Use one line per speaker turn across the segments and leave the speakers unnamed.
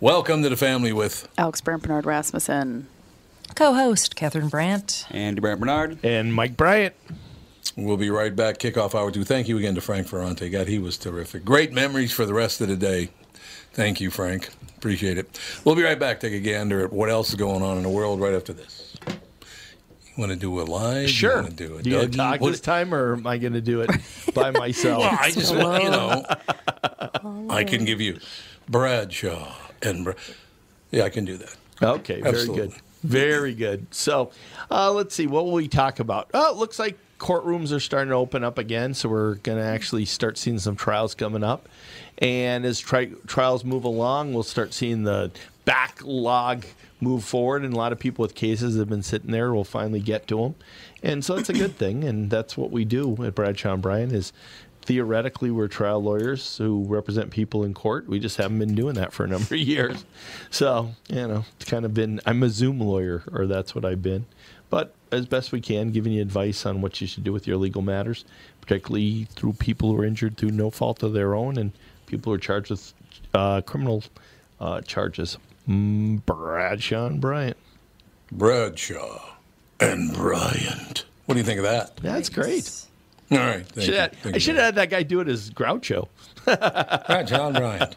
Welcome to the family with
Alex Brandt Bernard Rasmussen.
Co host Catherine Brandt.
Andy Brandt Bernard.
And Mike Bryant.
We'll be right back. Kickoff hour two. Thank you again to Frank Ferrante. God, he was terrific. Great memories for the rest of the day. Thank you, Frank. Appreciate it. We'll be right back. Take a gander at what else is going on in the world right after this. You want to do a live?
Sure.
You want to do a
Do you
Dougie?
talk
What-
this time, or am I going to do it by myself?
Well, I just want, you know, I can give you Bradshaw and Bra- yeah, I can do that.
Okay, very
Absolutely.
good. Very good. So uh, let's see, what will we talk about? Oh, it looks like courtrooms are starting to open up again. So we're going to actually start seeing some trials coming up. And as tri- trials move along, we'll start seeing the backlog move forward. And a lot of people with cases that have been sitting there will finally get to them. And so that's a good thing. And that's what we do at Bradshaw and Bryan is theoretically we're trial lawyers who represent people in court. We just haven't been doing that for a number of years. So, you know, it's kind of been I'm a Zoom lawyer or that's what I've been. But as best we can, giving you advice on what you should do with your legal matters, particularly through people who are injured through no fault of their own and people who are charged with uh, criminal uh, charges. Mm, Bradshaw and Bryant.
Bradshaw and Bryant. What do you think of that?
That's great.
All right. Thank
Should
you.
have-
Thank
I
you.
should have had that guy do it as Groucho.
Bradshaw and Bryant.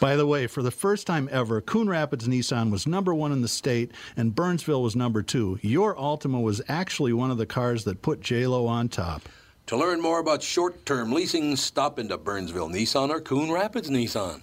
By the way, for the first time ever, Coon Rapids Nissan was number one in the state and Burnsville was number two. Your Altima was actually one of the cars that put JLo on top.
To learn more about short-term leasing, stop into Burnsville Nissan or Coon Rapids Nissan.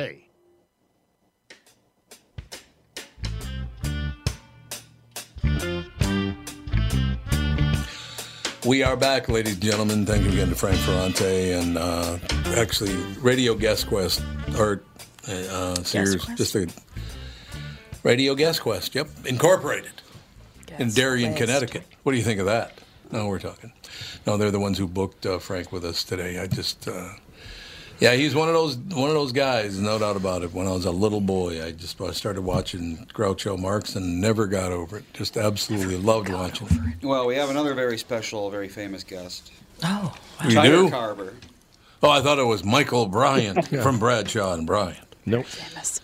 We are back, ladies and gentlemen. Thank you again to Frank Ferrante and uh, actually Radio Guest Quest or uh, uh, Sears,
Quest?
just a Radio Guest Quest. Yep, incorporated in Darien, Connecticut. What do you think of that? No, we're talking. No, they're the ones who booked uh, Frank with us today. I just, uh, yeah, he's one of those one of those guys, no doubt about it. When I was a little boy, I just I started watching Groucho Marx and never got over it. Just absolutely loved watching. it.
Well, we have another very special, very famous guest.
Oh,
You
Tyler
do?
Carver.
Oh, I thought it was Michael Bryant from Bradshaw and Bryant.
Nope.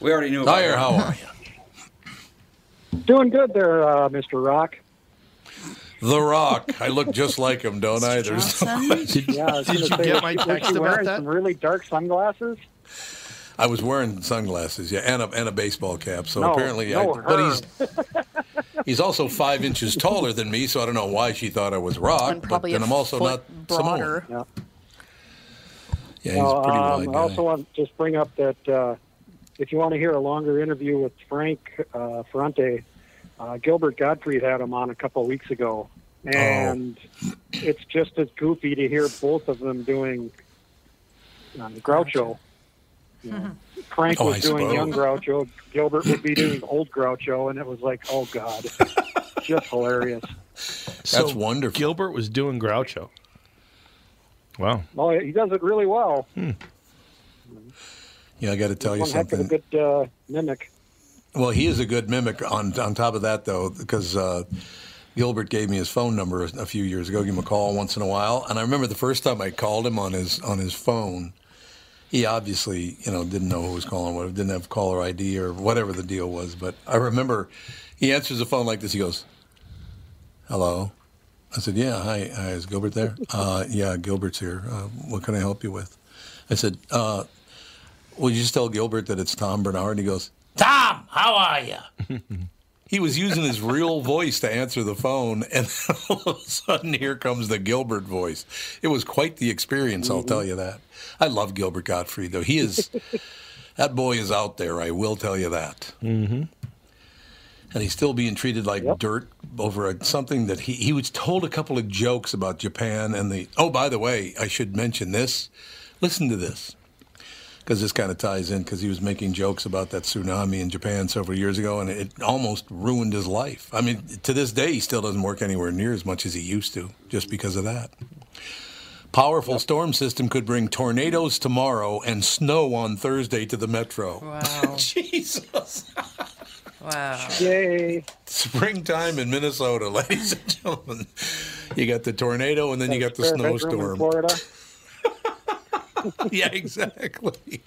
We already knew about
Tyre,
him.
how are you?
Doing good there, uh, Mr. Rock.
The Rock. I look just like him, don't I? There's no
Johnson?
question.
Did,
Yeah, I was
did
gonna
you
say,
get my
was she
text about
wearing
that?
Some really dark sunglasses.
I was wearing sunglasses, yeah, and a, and a baseball cap. So
No,
apparently,
no,
I, but he's he's also five inches taller than me, so I don't know why she thought I was Rock.
And
but
probably
then
a
I'm also
foot
not
broader.
Samoan. Yeah, he's
No,
a pretty
um,
wide
I
guy.
also want to just bring up that uh, if you want to hear a longer interview with Frank uh, Ferrante, uh, Gilbert Gottfried had him on a couple of weeks ago,
Oh.
and it's just as goofy to hear both of them doing uh, Groucho. You know, Frank
Oh,
was
I
doing
suppose.
young Groucho, Gilbert would be doing old Groucho, and it was like, oh god, just hilarious.
That's wonderful.
Gilbert was doing Groucho. Wow.
Well, Oh, he does it really well.
yeah, I got to tell Oh, you
One heck of a
something.
good uh, mimic.
Well, he is a good mimic. On on top of that, though, because uh, Gilbert gave me his phone number a few years ago. Give him a call once in a while, and I remember the first time I called him on his on his phone. He obviously, you know, didn't know who was calling, what didn't have caller ID or whatever the deal was. But I remember he answers the phone like this. He goes, "Hello." I said, "Yeah, hi, hi is Gilbert there?" Uh, yeah, Gilbert's here. Uh, what can I help you with? I said, uh, "Will you just tell Gilbert that it's Tom Bernard?" And he goes, "Tom, how are you?" he was using his real voice to answer the phone, and all of a sudden, here comes the Gilbert voice. It was quite the experience, I'll tell you that. I love Gilbert Gottfried, though. He is that boy is out there. I will tell you that. Mm-hmm. And he's still being treated like dirt over a, something that he he was told a couple of jokes about Japan and the. Oh, by the way, I should mention this. Listen to this because this kind of ties in because he was making jokes about that tsunami in Japan several years ago, and it almost ruined his life. I mean, to this day, he still doesn't work anywhere near as much as he used to just because of that. Powerful storm system could bring tornadoes tomorrow and snow on Thursday to the metro.
Wow.
Jesus.
Wow.
Yay!
Springtime in Minnesota, ladies and gentlemen. You got the tornado and then you got the
Spare bedroom in
snowstorm.
Florida.
yeah, exactly.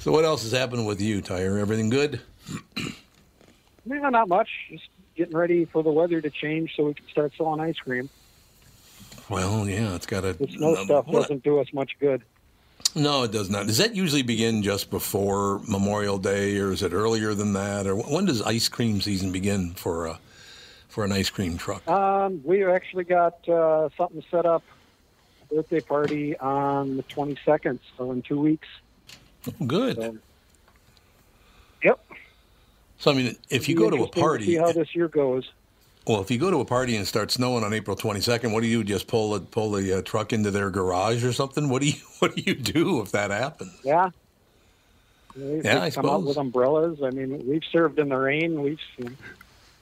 So, what else has happened with you, Tyre? Everything good?
No, not much. Just getting ready for the weather to change so we can start selling ice cream.
Well, yeah, it's got a.
The snow
um,
stuff
well,
doesn't do us much good.
No, it does not. Does that usually begin just before Memorial Day, or is it earlier than that? Or wh- when does ice cream season begin for a for an ice cream truck?
Um, we actually got uh, something set up, birthday party on the 22nd, so in two weeks.
Good.
So, yep.
So I mean, if you
Be
go to a
interesting
party,
see how this year goes.
well, if you go to a party and start snowing on April twenty second, what do you do? just pull the pull the uh, truck into their garage or something? What do you what do you do if that happens?
Yeah. They,
Yeah, I
they come out
suppose.
with umbrellas. I mean, we've served in the rain. We've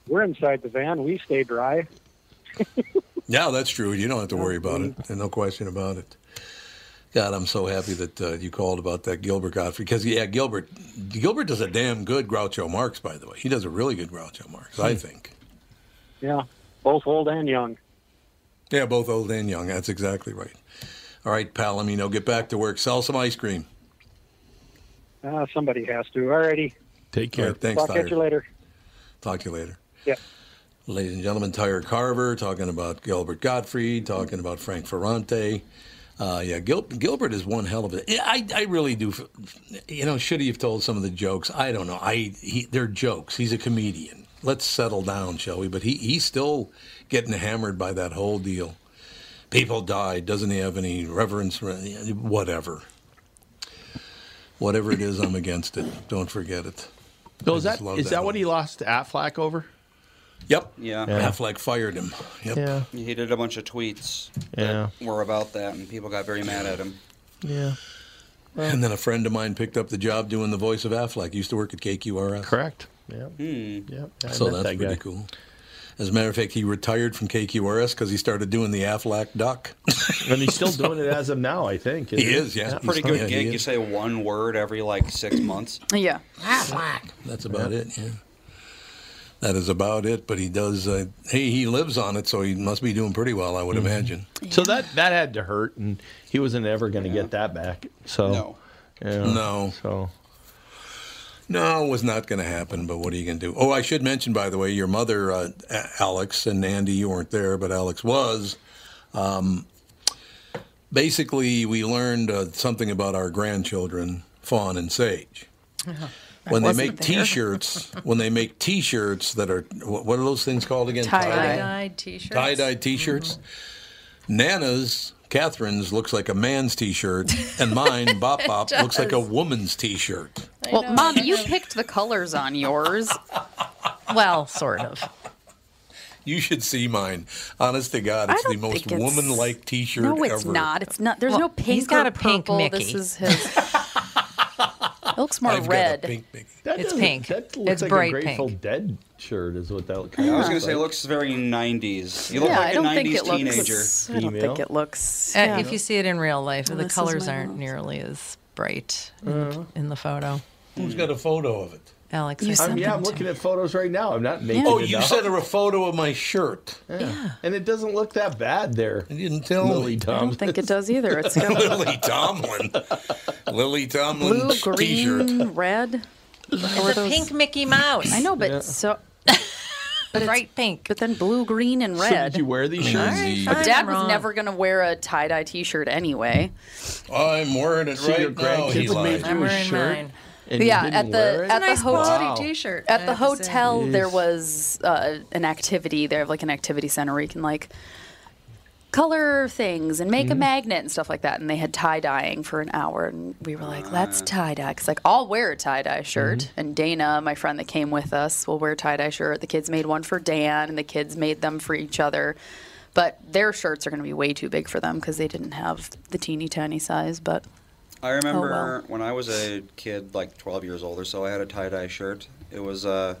we're inside the van. We stay dry.
Yeah, that's true. You don't have to worry about it. There's no question about it. God, I'm so happy that uh, you called about that Gilbert Godfrey because yeah, Gilbert, Gilbert does a damn good Groucho Marx. By the way, he does a really good Groucho Marx, I
Hmm.
think.
Yeah, both old and young.
Yeah, both old and young. That's exactly right. All right, Palomino, get back to work. Sell some ice cream.
Uh, somebody has to. Alrighty.
Take
All
care.
right, thanks,
Talk at you
Tyre.
later.
Talk to you later.
Yeah.
Ladies and gentlemen, Tyre Carver talking about Gilbert Gottfried, talking about Frank Ferrante. Uh, yeah, Gil- Gilbert is one hell of a. Yeah, I, I really do. f- You know, should he have told some of the jokes? I don't know. I he, they're jokes. He's a comedian. Let's settle down, shall we? But he, he's still getting hammered by that whole deal. People died. Doesn't he have any reverence? for- Whatever. Whatever it is, I'm against it. Don't forget it.
Bill, is
I just
that,
love
is
that
that what he lost Affleck over?
Yep.
Yeah.
Affleck fired him. Yep.
He did a bunch of tweets
Yeah.
that were about that, and people got very mad at him.
Yeah.
And then a friend of mine picked up the job doing the voice of Affleck. Used to work at KQRS.
Correct. Yeah. Yeah. I
So that's
met that
pretty
guy.
cool. As a matter of fact, he retired from KQRS because he started doing the Affleck doc.
And he's still doing it as of now, I think.
he
isn't
is, yeah. He's-
Pretty
yeah,
good
he
gig.
is.
You say one word every like six months.
Yeah.
That's about it. Yeah. That is about it. But he does. Uh, hey, he lives on it, so he must be doing pretty well, I would imagine.
Mm-hmm. So that that had to hurt, and he wasn't ever going to get that back. So
No.
yeah,
No.
So
No, it was not going to happen, but what are you going to do? Oh, I should mention, by the way, your mother, uh, A- Alex, and Andy, you weren't there, but Alex was. Um, basically, we learned uh, something about our grandchildren, Fawn and Sage. When they make T-shirts, when they make T-shirts that are what what are those things called again?
Tie-dyed t-shirts.
Tie dye T-shirts. Nana's, Catherine's, looks like a man's T-shirt, and mine, Bop
It
Bop, looks like a
does.
woman's T-shirt.
Well, Mom, you picked the colors on yours.
Well, sort of.
You should see mine. Honest to God,
I
it's the
don't
most
think it's-
woman-like T-shirt
no, it's
ever.
not. It's not. There's
Well,
no pink.
he's got
or
a pink
purple. This
Mickey.
is his. it looks more
I've got a
red.
pink
It's
doesn't-
pink.
That looks
It's
like
bright
a Grateful
pink.
Dead shirt is what that kind
Yeah,
of
I was gonna
looks
say, it
like.
looks very '90s. You look
yeah,
like
I
a
don't
'90s
think it
teenager.
looks. I don't think
Female.
it looks.
Uh,
Mm-hmm. yeah. Oh,
If you see it in real life, the
this is
colors
my Mm-hmm.
aren't nearly as bright in the- in the photo.
Who's got a photo of it?
Alex,
You
has
I'm, yeah, I'm
something to-
looking at photos right now. I'm not making
Oh,
it
you
up.
sent her a photo of my shirt.
yeah.
and it doesn't look that bad there.
You didn't tell
Lily
me.
I
Tom.
don't think it does either. It's got
Lily Tomlin. Lily Tomlin
blue,
T-shirt.
green, red.
It's a pink Mickey Mouse.
I know, but so
bright pink.
but then blue, green, and
So
red.
did you wear these shirts?
Lindsay,
fine.
Dad was
wrong.
never gonna wear a tie dye T-shirt anyway.
I'm wearing it
So your
right now. He
grandkids made
lied.
you
I'm
a
wearing
shirt.
mine.
and you
Yeah,
didn't
at the-
wear it?
at the
nice
hotel-
quality
Wow.
T-shirt. I
At the
have to say.
hotel, there
Jeez.
was uh, an activity. They have like an activity center where you can like color things and make
Mm-hmm.
a magnet and stuff like that. And they had tie dyeing for an hour, and we were like, "Let's tie dye." Cause like I'll wear a tie dye shirt,
Mm-hmm.
and Dana, my friend that came with us, will wear a tie dye shirt. The kids made one for Dan, and the kids made them for each other. But their shirts are going to be way too big for them because they didn't have the teeny tiny size. But
I remember
Oh, well.
when I was a kid, like 12 years old or so, I had a tie dye shirt. It was uh,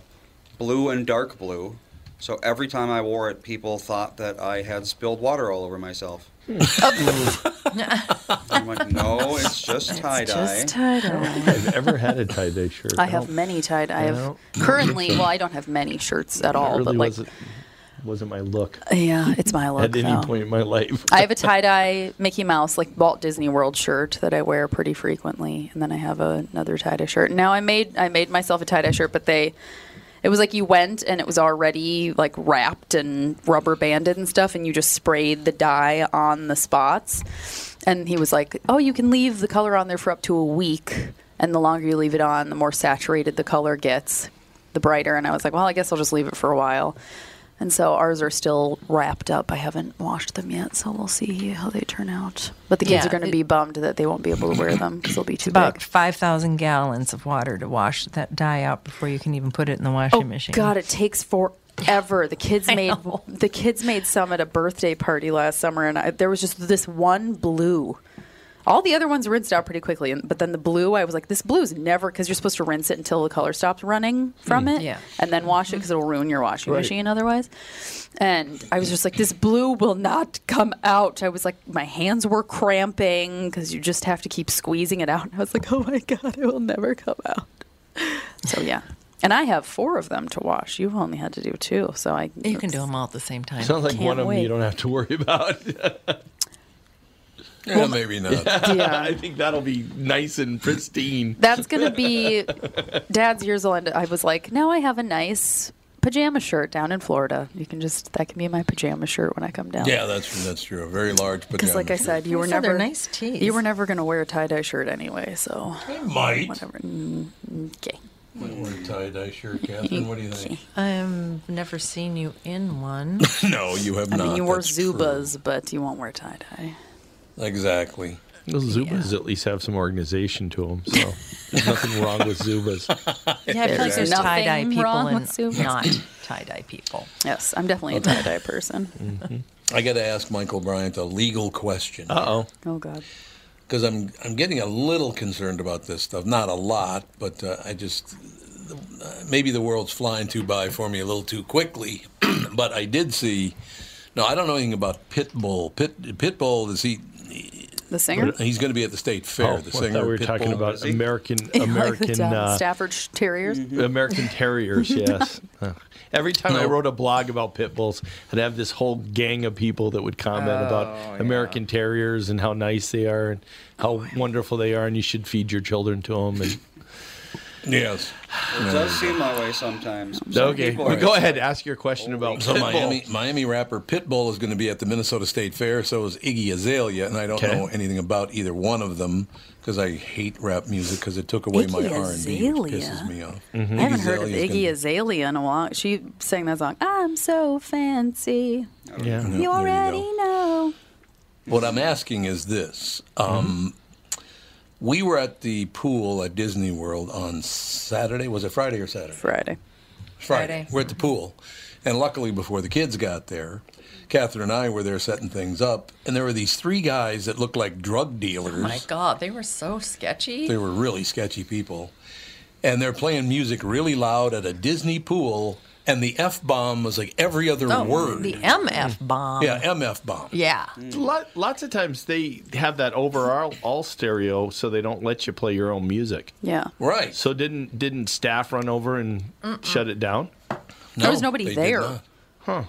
blue and dark blue. So every time I wore it, people thought that I had spilled water all over myself.
Hmm.
I'm like, no, it's just tie dye.
just tie dye.
I've ever had a tie dye shirt.
I have many tied. I have
don't
currently. Well, I don't have many shirts at all,
Really
but like,
wasn't, wasn't my look
yeah, it's my look.
at any
though.
point in my life.
I have a tie dye Mickey Mouse like Walt Disney World shirt that I wear pretty frequently, and then I have another tie dye shirt. Now I made I made myself a tie dye shirt, but they. It was like you went and it was already like wrapped and rubber banded and stuff, and you just sprayed the dye on the spots. And he was like, "Oh, you can leave the color on there for up to a week, and the longer you leave it on, the more saturated the color gets, the brighter." And I was like, "Well, I guess I'll just leave it for a while." And so ours are still wrapped up. I haven't washed them yet, so we'll see how they turn out. But the kids
Yeah,
are going to
it-
be bummed that they won't be able to wear them because they'll be too
About
big.
5,000 gallons of water to wash that dye out before you can even put it in the washing machine.
God, Oh, it takes forever. The kids made the kids made some at a birthday party last summer, and I, there was just this one blue. All the other ones rinsed out pretty quickly, and, but then the blue, I was like, this blue is never because you're supposed to rinse it until the color stops running from it,
yeah.
and then wash it because it'll ruin your washing machine otherwise. And I was just like, this blue will not come out. I was like, my hands were cramping because you just have to keep squeezing it out. And I was like, oh my god, it will never come out. So yeah. And I have four of them to wash. You've only had to do two, so I
You can do them all at the same time.
Sounds like
Can't
one of them
wait.
you don't have to worry about.
Yeah, maybe not.
I think that'll be nice and pristine.
That's gonna be Dad's years will end. I was like, now I have a nice pajama shirt down in Florida. You can just that can be my pajama shirt when I come down.
Yeah, that's that's true. A very large pajama.
Because like I said, you were
Also, they're
never
nice tees.
You were never gonna wear a tie dye shirt anyway, so
might.
whatever. Mm, Okay.
Might wear a tie-dye shirt, Catherine. What do you think?
I've never seen you in one.
No, you have
I
not.
mean, you wore
That's true.
Zubas, but you won't wear tie dye.
Exactly.
Those Zubas at least have some organization to them, so there's nothing wrong with Zubas.
Yeah, I feel like
There's
there's tie dye
nothing
people
wrong
and
with Zubas.
not tie dye people.
Yes, I'm definitely a tie dye person.
Mm-hmm. I got to ask Michael Bryant a legal question
Uh oh.
Oh God.
because I'm I'm getting a little concerned about this stuff. Not a lot, but uh, I just uh, maybe the world's flying too by for me a little too quickly. but I did see. No, I don't know anything about Pitbull. Pit Pitbull is he?
The singer?
He's going to be at the state fair.
Oh, I
the
thought we
singer.
were talking
Pitbull.
about American
like the
American
Dal-
uh,
Stafford sh- Terriers.
Mm-hmm. American Terriers. Yes. Uh, Every time I wrote a blog about pit bulls, I'd have this whole gang of people that would comment about American Terriers
Oh,
and how nice they are and how wonderful they are, and you should feed your children to them. And
Yes.
It does seem that way sometimes. Some
Okay,
people
well,
are-
go ahead. Ask your question about
So
Pitbull.
Miami, Miami rapper Pitbull is going to be at the Minnesota State Fair. So is Iggy Azalea, and I don't
Okay.
know anything about either one of them because I hate rap music because it took away
Iggy
my R and B, which pisses me off.
I haven't heard of Iggy Azalea in a while. She sang that song. I'm so fancy.
Yeah.
You already know.
What I'm asking is this. Um, We were at the pool at Disney World on Saturday. Was it Friday or Saturday?
Friday.
Friday.
Friday.
We're at the pool. And luckily, before the kids got there, Catherine and I were there setting things up. And there were these three guys that looked like drug
Oh
dealers.
Oh, My God, they were so sketchy.
They were really sketchy people. And they're playing music really loud at a Disney pool. And the F bomb was like every other
Oh,
word.
the MF bomb.
Yeah, MF bomb.
Yeah.
Mm.
Lot, lots of times they have that overall all stereo, so they don't let you play your own music.
Yeah.
Right.
So didn't didn't staff run over and
Mm-mm.
shut it down?
There was nobody there. There
Huh.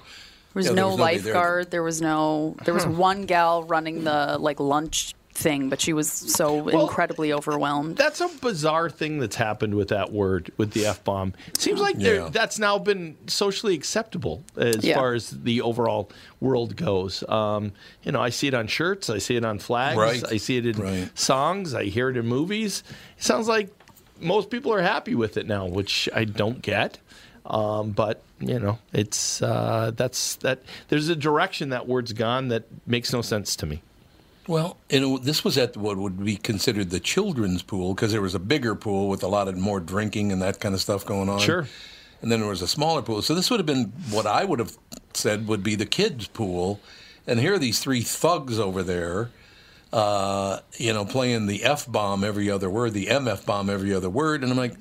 was
Yeah, there
no
was nobody there.
lifeguard. There. was no. There was
Hmm.
Huh.
one gal running the like lunch thing, but she was so incredibly overwhelmed.
That's a bizarre thing that's happened with that word, with the f bomb. Seems like there
Yeah.
that's now been socially acceptable as
Yeah.
far as the overall world goes. Um, you know, I see it on shirts, I see it on flags,
Right.
I see it in songs, I hear it in movies. It sounds like most people are happy with it now, which I don't get. Um, but you know, it's uh, that's that. There's a direction that word's gone that makes no sense to me.
Well, you know, this was at what would be considered the children's pool because there was a bigger pool with a lot of more drinking and that kind of stuff going on.
Sure.
And then there was a smaller pool. So this would have been what I would have said would be the kids' pool. And here are these three thugs over there, uh, you know, playing the F bomb every other word, the MF bomb every other word. And I'm like,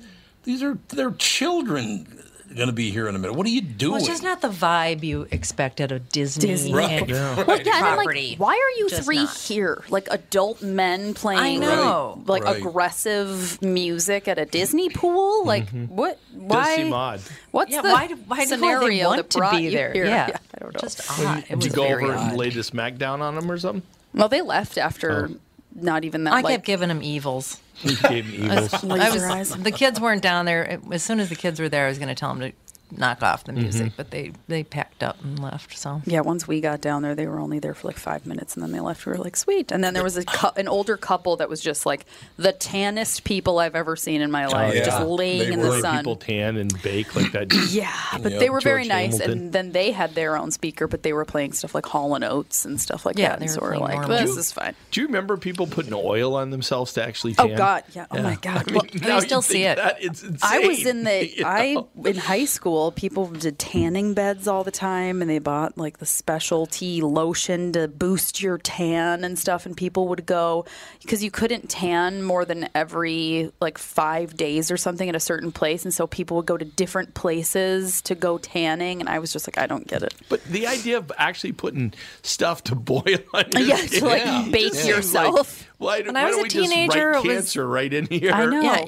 these are, they're children going to be here in a minute. What are you doing?
Well, it's just not the vibe you expect out of Disney.
Disney. Right,
and
yeah.
Well, yeah, and I'm
property.
like, why are you
Just
three
not.
here? Like adult men playing,
I know.
like, like,
Right.
aggressive music at a Disney pool. Like, what? Why? What's
yeah,
the
why, do- why do they
scenario
want
that
to
brought
be
you
there?
here?
Yeah.
I don't know. Just
odd.
Did you go over and lay the smack down on him or something?
Well, they left after
Oh.
not even that.
I
like,
kept giving them evils.
You gave him
I was-
evils.
I was- the kids weren't down there. It- As soon as the kids were there, I was going to tell them to knock off the music,
Mhm.
but they, they packed up and left. So
Yeah, once we got down there, they were only there for like five minutes, and then they left. We were like, sweet. And then there was a cou- an older couple that was just like the tannest people I've ever seen in my
Oh,
life, just laying in the sun.
People tan and bake like that.
yeah, but they were very nice, and then they had their own speaker, but they were playing stuff like Hall and Oates and stuff like
Yeah,
that.
they
And
were
so we're
playing
like,
normal.
this
Do-
is fine.
Do you remember people putting oil on themselves to actually tan?
Oh God, yeah. Oh my God.
I
Well,
mean, now
I
you
still see
think
it.
That, it's insane.
I was in the
you know?
I in high school. People did tanning beds all the time, and they bought like the specialty lotion to boost your tan and stuff. And people would go because you couldn't tan more than every like five days or something at a certain place, and so people would go to different places to go tanning. And I was just like, I don't get it.
But the idea of actually putting stuff to boil on your
Yeah, to,
skin,
like,
just
bake
seems
yourself.
Like, why,
When
why
I was
don't
a
we
teenager,
just
it was-
write cancer right in here?
Yeah,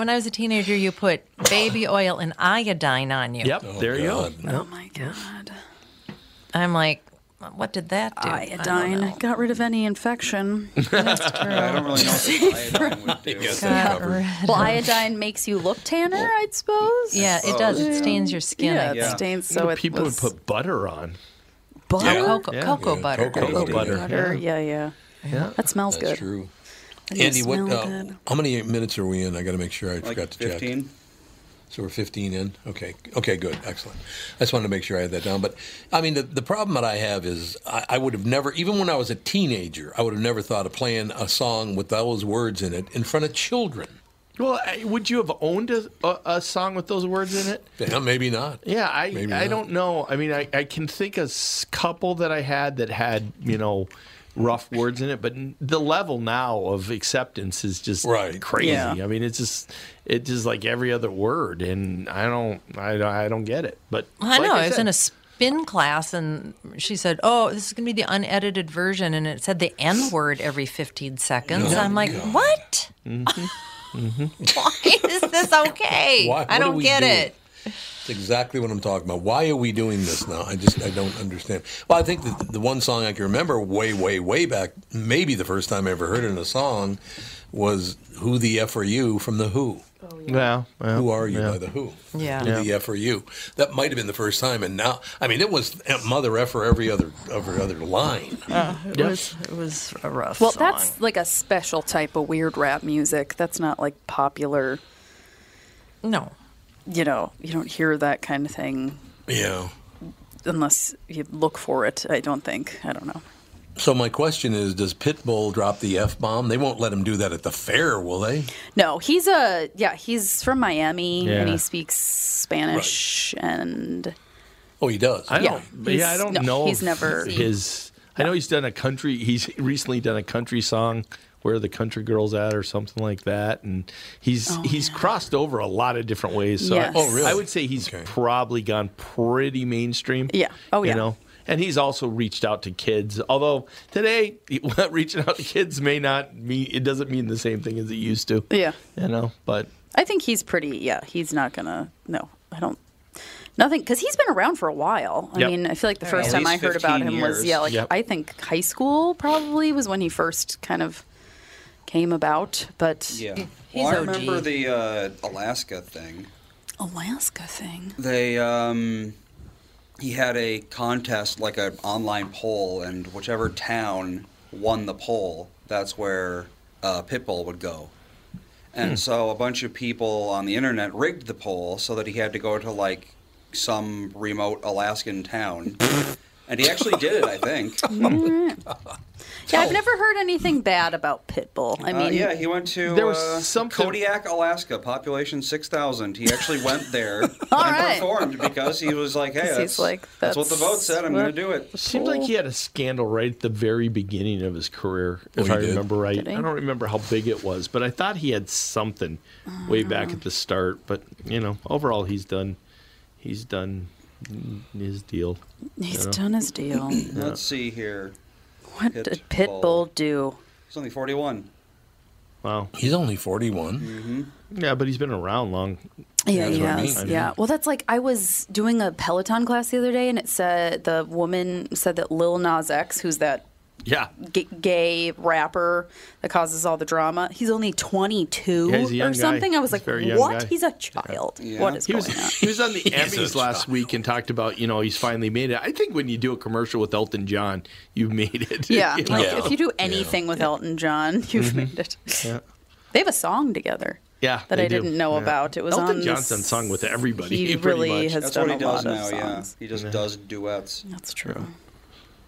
when I was a teenager, you put baby oil and iodine on you.
Yep, there you go.
Oh my god.
I'm like, what did that do? I don't know.
Iodine got rid of any infection.
That's true.
I don't really know what the iodine would do.
Got rid
Well, iodine makes you look tanner, I'd suppose.
Yeah, it does. It stains your skin,
Yeah,
I
it
think.
stains.
You know,
So it
people
was
would put butter on.
butter,
Yeah.
cocoa,
Yeah.
cocoa
Yeah,
butter,
cocoa Cocoa butter.
butter. Yeah, yeah.
Yeah.
That smells good.
true.
And
Andy, what,
smell
uh,
good.
how many minutes are we in? I got to make sure I forgot to check.
15?
So we're 15 in? Okay. Okay, good. Excellent. I just wanted to make sure I had that down. But I mean, the, the problem that I have is I, I would have never, even when I was a teenager, I would have never thought of playing a song with those words in it in front of children.
Well, I- would you have owned a, a, a song with those words in it?
Yeah, maybe not.
Yeah, I
Maybe
I
not.
don't know. I mean, I, I can think a s- couple that I had that had you know rough words in it, but n- the level now of acceptance is just
Right.
crazy.
Yeah.
I mean, it's just it's just like every other word, and I don't I don't, I don't get it. But
Well, I
like
know. I, was
said,
in a spin class, and she said, "Oh, this is going to be the unedited version," and it said the N word every 15 seconds.
Oh,
I'm like,
God.
"What? Why is this okay?
Why-
I
what are
don't
we
get
doing?
it."
That's exactly what I'm talking about. Why are we doing this now? I just I don't understand. Well, I think that the one song I can remember way, way, way back, maybe the first time I ever heard it in a song, was "Who the F are you?" from the Who.
Yeah. Oh, yeah,
Who are you
yeah.
by the Who?
Yeah.
Who the F are you? That might have been the first time, and now I mean it was mother F for every other every other line.
Uh, it
Yeah.
was it was a rough.
Well,
song.
that's like a special type of weird rap music. That's not like popular.
No.
You know, you don't hear that kind of thing
Yeah.
unless you look for it. I don't think. I don't know.
So my question is, does Pitbull drop the F bomb? They won't let him do that at the fair, will they?
No, he's a yeah. He's from Miami and
Yeah.
he speaks Spanish and
Oh, he does.
I
Yeah,
don't. Yeah,
he's-
I don't
no,
know.
he's
if
never-
his. I know he's done a country. He's recently done a country song, "Where the Country Girls At" or something like that, and he's he's crossed over a lot of different ways. So
Oh, Yes.
I,
Oh, really?
I would say he's probably gone pretty mainstream.
Yeah. Oh, yeah.
You know. And he's also reached out to kids. Although today, reaching out to kids may not mean it doesn't mean the same thing as it used to.
yeah.
You know, but
I think he's pretty. Yeah, he's not gonna. No, I don't. Nothing, because he's been around for a while. I
Yep.
mean, I feel like the
Yeah,
first
at
time I
least
heard about
15
him was
years.
yeah, like
Yep.
I think high school probably was when he first kind of came about. But
Yeah. Well, I remember the uh, Alaska thing.
Alaska thing.
They um, he had a contest like an online poll, and whichever town won the poll, that's where uh, Pitbull would go. And
Hmm.
so a bunch of people on the internet rigged the poll so that he had to go to like some remote Alaskan town. and he actually did it, I think.
Yeah, I've never heard anything bad about Pitbull. I
Oh. Uh,
mean,
yeah, he went to
There
there
was
was Kodiak, Alaska, population six thousand. He actually went there and
right.
performed because he was like, "Hey,
Because he's
that's,
like,
that's, what the vote
"That's
said. I'm
what
going to do it."
It seems like he had a scandal right at the very beginning of his career, if
he
I
did?
remember right.
Did he?
I don't remember how big it was, but I thought he had something way back at the start. But you know, overall, he's done. He's done his deal.
He's done his deal.
Let's see here.
What did Pitbull do?
He's only forty-one.
Wow,
he's only forty-one.
Mm-hmm.
Yeah, but he's been around long.
Yeah,
That's what I
yeah,
mean.
yeah. Well, that's like I was doing a Peloton class the other day, and it said the woman said that Lil Nas X, who's that
Yeah.
g- gay rapper that causes all the drama, he's only 22
Yeah, he's a young
or
guy.
something. I was
He's
like,
very young
what?
guy.
He's a child.
Yeah.
What is
he
going
was,
on?
He was on the
He's a
Emmys last week and talked about, you know, he's finally made it. I think when you do a commercial with Elton John, you've made it.
Yeah,
you
like
know?
if you do anything with Elton John, you've
Mhm.
made it.
Yeah.
They have a song together.
Yeah,
that
they
I
do.
didn't know
Yeah.
about. It was
Elton
on
John's done
this-
sung with everybody.
he
pretty
really
much.
has
That's
done
what he
a
does
lot
now.
of
Yeah,
songs.
he just does duets.
That's true.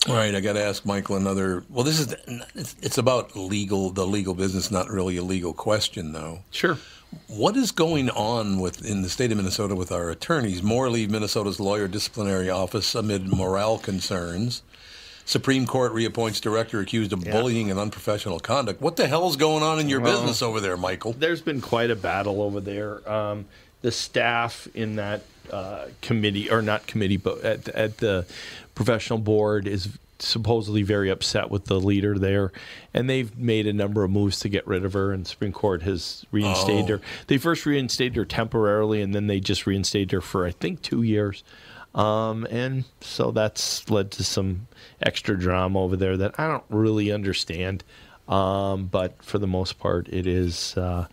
All right, I got to ask Michael another. Well, this is it's, it's about legal, the legal business, not really a legal question though.
Sure.
What is going on with in the state of Minnesota with our attorneys? More leave Minnesota's lawyer disciplinary office amid morale concerns. Supreme Court reappoints director accused of bullying and unprofessional conduct. What the hell is going on in your
Well,
business over there, Michael?
There's been quite a battle over there. Um, the staff in that uh, committee, or not committee, but at, at the professional board is supposedly very upset with the leader there. And they've made a number of moves to get rid of her, and Supreme Court has reinstated
Oh.
her. They first reinstated her temporarily, and then they just reinstated her for, I think, two years. Um, and so that's led to some extra drama over there that I don't really understand. Um, but for the most part, it is uh,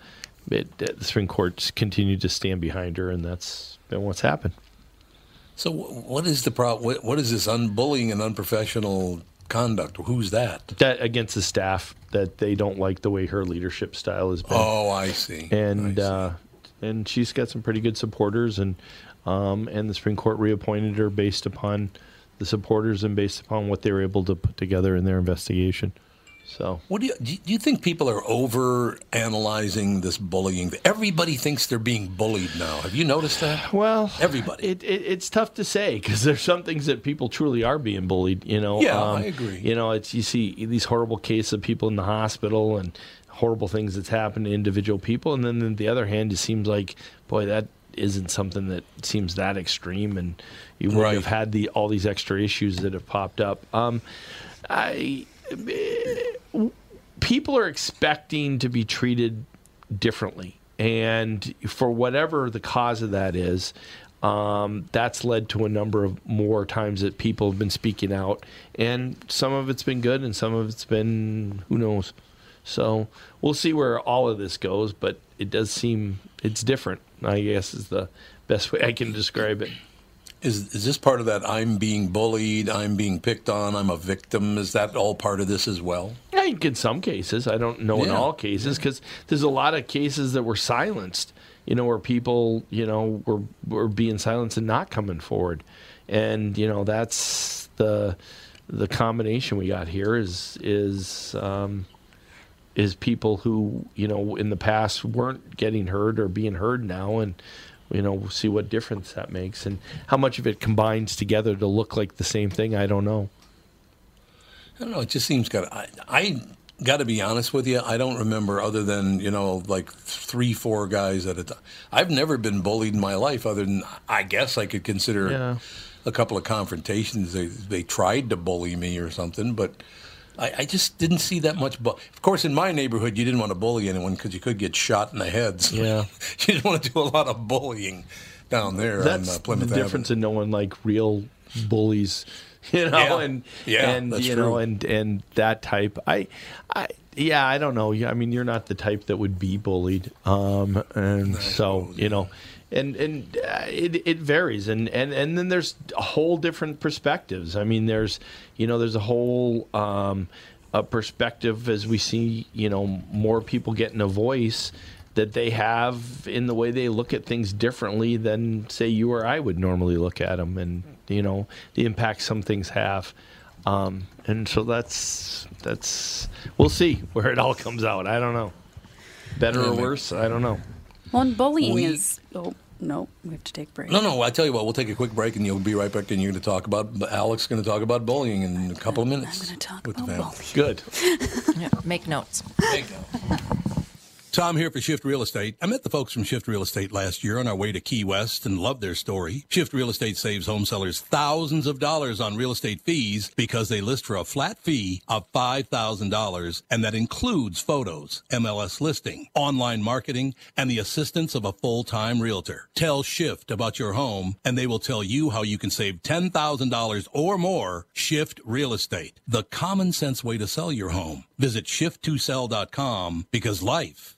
it, the Supreme Court's continued to stand behind her, and that's been what's happened.
So, wh- what is the problem? What, what is this unbullying and unprofessional conduct? Who's that?
That against the staff that they don't like the way her leadership style has been.
Oh, I see.
and Uh, and she's got some pretty good supporters, and um, and the Supreme Court reappointed her based upon the supporters and based upon what they were able to put together in their investigation. So
What do you, do you- do you think people are over analyzing this bullying? Everybody thinks they're being bullied now. Have you noticed that?
Well,
everybody.
It, it, it's tough to say because there's some things that people truly are being bullied. You know. Um,
Yeah, I agree.
You know, it's you see these horrible cases of people in the hospital and horrible things that's happened to individual people, and then on the other hand, it seems like, boy, that isn't something that seems that extreme, and you would have had the all these extra issues that have popped up. Um, I people are expecting to be treated differently. And for whatever the cause of that is, um, that's led to a number of more times that people have been speaking out. And some of it's been good and some of it's been who knows. So we'll see where all of this goes, but it does seem it's different. I guess is the best way I can describe it.
Is is this part of that? I'm being bullied. I'm being picked on. I'm a victim. Is that all part of this as well?
I think in some cases, I don't know in
Yeah.
all cases, because there's a lot of cases that were silenced. You know, where people, you know, were were being silenced and not coming forward, and you know that's the the combination we got here is is um, is people who you know in the past weren't getting heard or being heard now, and you know we'll see what difference that makes and how much of it combines together to look like the same thing. I don't know.
I don't know. It just seems kind of. I, I got to be honest with you. I don't remember other than you know like three, four guys at a time. I've never been bullied in my life, other than I guess I could consider
Yeah.
a couple of confrontations. They they tried to bully me or something, but. I, I just didn't see that much. Bu- of course, in my neighborhood, you didn't want to bully anyone because you could get shot in the head. So
Yeah.
you didn't want to do a lot of bullying down there
That's
on uh, Plymouth
the
Avenue.
difference in knowing like real bullies, you know,
Yeah.
and
Yeah,
and
that's
you know,
true.
and and that type. I, I, yeah, I don't know. Yeah, I mean, you're not the type that would be bullied, um, and so you know, and and uh, it it varies, and and and then there's a whole different perspectives. I mean, there's you know, there's a whole. Um, a perspective as we see, you know, more people getting a voice that they have in the way they look at things differently than say you or I would normally look at them, and you know the impact some things have. Um, and so that's that's we'll see where it all comes out. I don't know, better or worse. I don't know.
Well, and bullying
We-
is. Oh no, we have to take a break.
No, no. I tell you what. We'll take a quick break, and you'll be right back. And you're going to talk about Alex. is Going to talk about bullying in a couple of minutes. I'm going to talk about bullying.
Good.
Yeah, make notes.
Tom here for Shift Real Estate. I met the folks from Shift Real Estate last year on our way to Key West and loved their story. Shift Real Estate saves home sellers thousands of dollars on real estate fees because they list for a flat fee of $5,000 and that includes photos, MLS listing, online marketing, and the assistance of a full-time realtor. Tell Shift about your home and they will tell you how you can save $10,000 or more. Shift Real Estate, the common sense way to sell your home. Visit shift2sell.com because life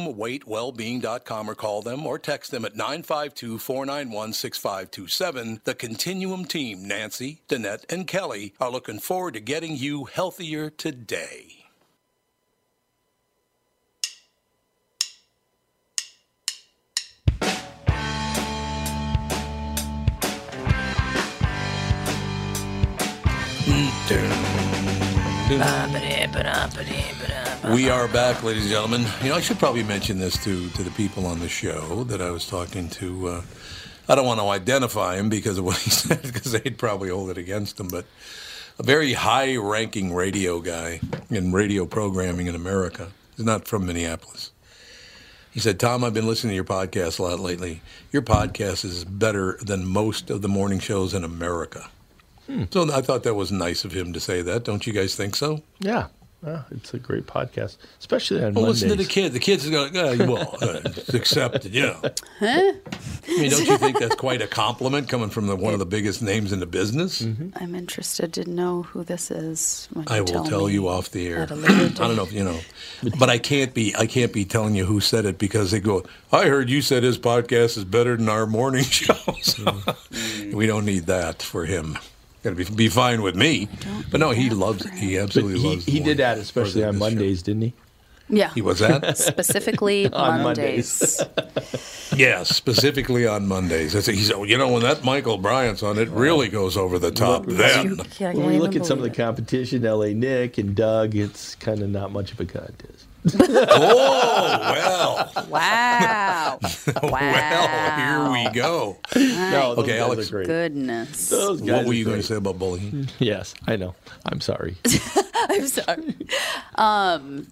ContinuumWeightWellbeing.com or call them or text them at 952 491 6527. The Continuum team, Nancy, Danette, and Kelly, are looking forward to getting you healthier today. We are back, ladies and gentlemen. You know, I should probably mention this to, to the people on the show that I was talking to. Uh, I don't want to identify him because of what he said, because they'd probably hold it against him, but a very high ranking radio guy in radio programming in America. He's not from Minneapolis. He said, Tom, I've been listening to your podcast a lot lately. Your podcast is better than most of the morning shows in America. So I thought that was nice of him to say that. Don't you guys think so?
Yeah, Uh, it's a great podcast, especially on
Well,
Mondays.
listen to the kids. The kids are going, uh, well, uh, it's accepted, you know.
Huh?
I mean, don't you think that's quite a compliment coming from the, one of the biggest names in the business?
Mm-hmm.
I'm interested to know who this is. when
I
you
will tell,
me.
you uh, off the air.
at a
I
later
don't know if you know, but I can't be. I can't be telling you who said it because they go. I heard you said his podcast is better than our morning show. So We don't need that for him. Gotta be, be fine with me. But no, he loves it. He absolutely
he,
loves. the
he did
morning
that
show.
especially on Mondays, didn't he?
Yeah.
He was that
Specifically
On
Mondays.
yeah, specifically on Mondays. That's he's, oh, you know, when that Michael Bryant's on, it really goes over the top. Then
can't
when we
even
look at some of the competition, LA Nick and Doug, it's kind of not much of a contest.
oh well,
wow,
well, here we go.
No, those
okay,
guys
Alex.
are great.
Goodness.
Those guys
What were
are
you going to
great.
say about bullying?
Yes, I know. I'm sorry.
I'm sorry. Um,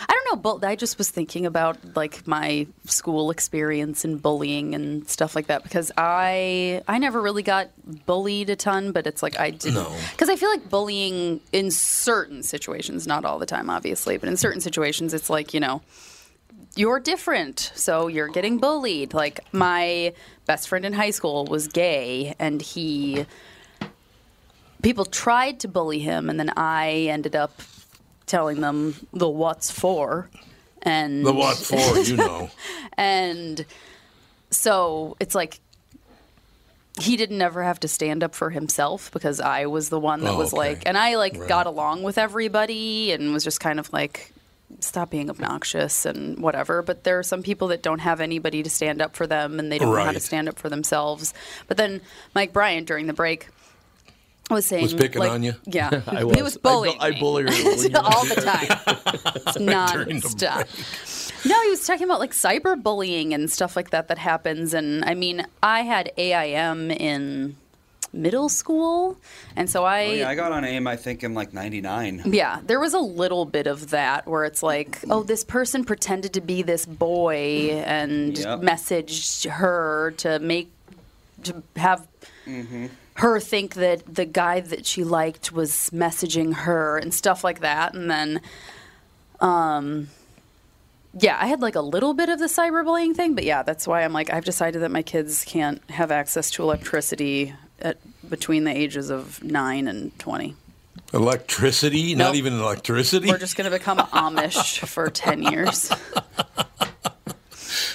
I don't know. Bull- I just was thinking about like my school experience and bullying and stuff like that because I I never really got bullied a ton, but it's like I did because I feel like bullying in certain situations, not all the time, obviously, but in certain situations, it's like you know you're different, so you're getting bullied. Like my best friend in high school was gay, and he people tried to bully him, and then I ended up telling them the what's for, and
The what for? You know.
and so it's like he didn't ever have to stand up for himself because I was the one that
Oh,
was
okay.
like, and I like
Right.
got along with everybody and was just kind of like, stop being obnoxious and whatever. But there are some people that don't have anybody to stand up for them and they don't know how to
Right.
stand up for themselves. But then Mike Bryant during the break was saying,
Was picking
like-
on you?
Yeah,
I
he
was.
was
I bu-
bullying.
I
me.
bullied her when you
all
were
the time. It's
During the
nonstop. No, he was talking about like cyberbullying and stuff like that that happens. And I mean, I had AIM in middle school, and so I
Oh, yeah, I got on AIM, I think, in like 99.
yeah, there was a little bit of that where it's like, oh, this person pretended to be this boy and
Yep.
messaged her to make to have her think that the guy that she liked was messaging her and stuff like that and then um yeah, I had like a little bit of the cyberbullying thing, but yeah, that's why I'm like I've decided that my kids can't have access to electricity at between the ages of 9 and 20.
Electricity? Not even electricity?
We're just going to become Amish for 10 years.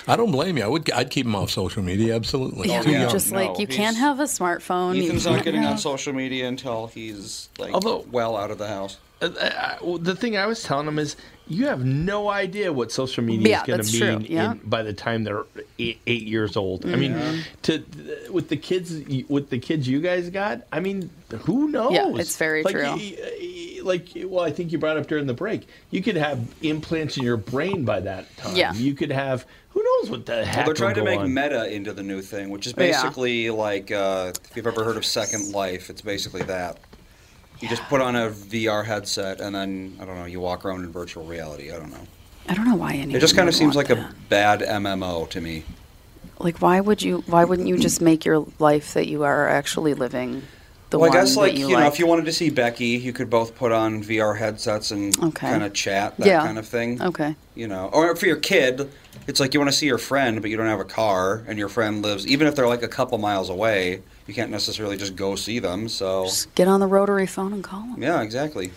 I don't blame you. I would. I'd keep him off social media. Absolutely.
Yeah,
Too young.
just like
no,
you
he's-
can't have a smartphone. you
Ethan's not
can't
getting on
have-
social media until he's like
Although-
well out of the house.
Uh, uh, well, the thing I was telling them is you have no idea what social media
Yeah,
is going
that's
to
true,
mean
yeah.
in, by the time they're eight, eight years old. I
Mhm.
mean, to with the kids with the kids you guys got, I mean, who knows?
Yeah, it's very
Like,
true.
y- y- Like, well, I think you brought up during the break. You could have implants in your brain by that time.
Yeah.
you could have who knows what the heck.
Well, they're
will
trying to
go
make
on.
meta into the new thing, which is
Yeah.
basically like uh, if you've ever heard of Second Life, it's basically that. You just put on a VR headset and then I don't know, you walk around in virtual reality. I don't know.
I don't know why anyone.
It just kind of
would
seems
want
like a bad MMO to me.
that. like why would you? Why wouldn't you just make your life that you are actually living the
well,
one
I guess like
that
you,
you,
know,
like?
if you wanted to see Becky, you could both put on VR headsets and
Okay.
kind of chat that
Yeah. Oh,
kind of thing.
Okay.
You know, or for your kid, it's like you want to see your friend, but you don't have a car, and your friend lives even if they're like a couple miles away. You can't necessarily just go see them. So
Get on the rotary phone and call them.
yeah, exactly.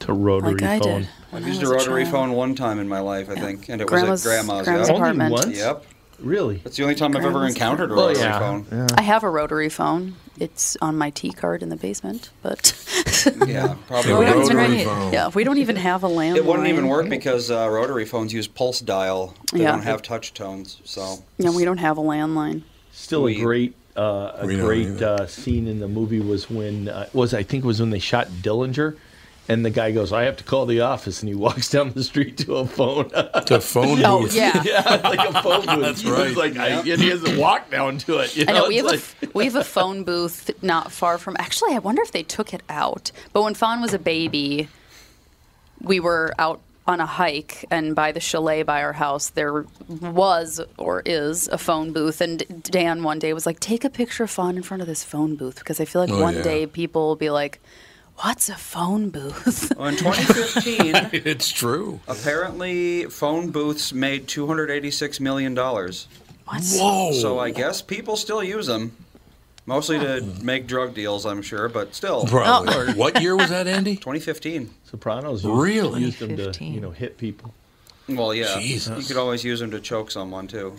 To rotary
Like I did
phone.
phone. when
I've
I
used a
was a
rotary
child.
phone one time in my life, I think, and it
Grandma's-
was at grandma's.
grandma's
yeah.
Only apartment. once?
Yep.
Really? Oh,
That's the only time I've ever
Grandma's
encountered a
apartment.
rotary
Well, yeah.
phone.
I have a rotary phone. It's on my T card in the basement, but
Yeah,
we
probably.
don't even Oh, yeah, we don't even have a landline.
It wouldn't even work because uh, rotary phones use pulse dial. They
Yeah.
don't have touch tones. So
No, we don't have a landline.
Still a great, uh, a
We don't
great
either.
uh, scene in the movie was when uh, was I think was when they shot Dillinger, and the guy goes, "I have to call the office," and he walks down the street to a phone, to
a phone
Oh, booth. yeah.
like a phone booth.
That's
He was
right.
like, I, and he hasn't walked down to it. You
I
know,
know we
it's
have a
like-
f we have a phone booth not far from. Actually, I wonder if they took it out. But when Fawn was a baby, we were out on a hike, and by the chalet by our house, there was or is a phone booth. And Dan one day was like, "Take a picture of Fawn in front of this phone booth because I feel like
Oh,
one
yeah.
day people will be like." What's a phone booth?
Well, in 2015,
it's true.
Apparently, phone booths made 286 million dollars.
What?
Whoa.
So I guess people still use them, mostly to make drug deals, I'm sure, but still.
Probably. Oh. What year was that, Andy?
2015.
Sopranos
used- Really?
used them to, you know, hit people.
Well, yeah.
Jesus.
You could always use them to choke someone too.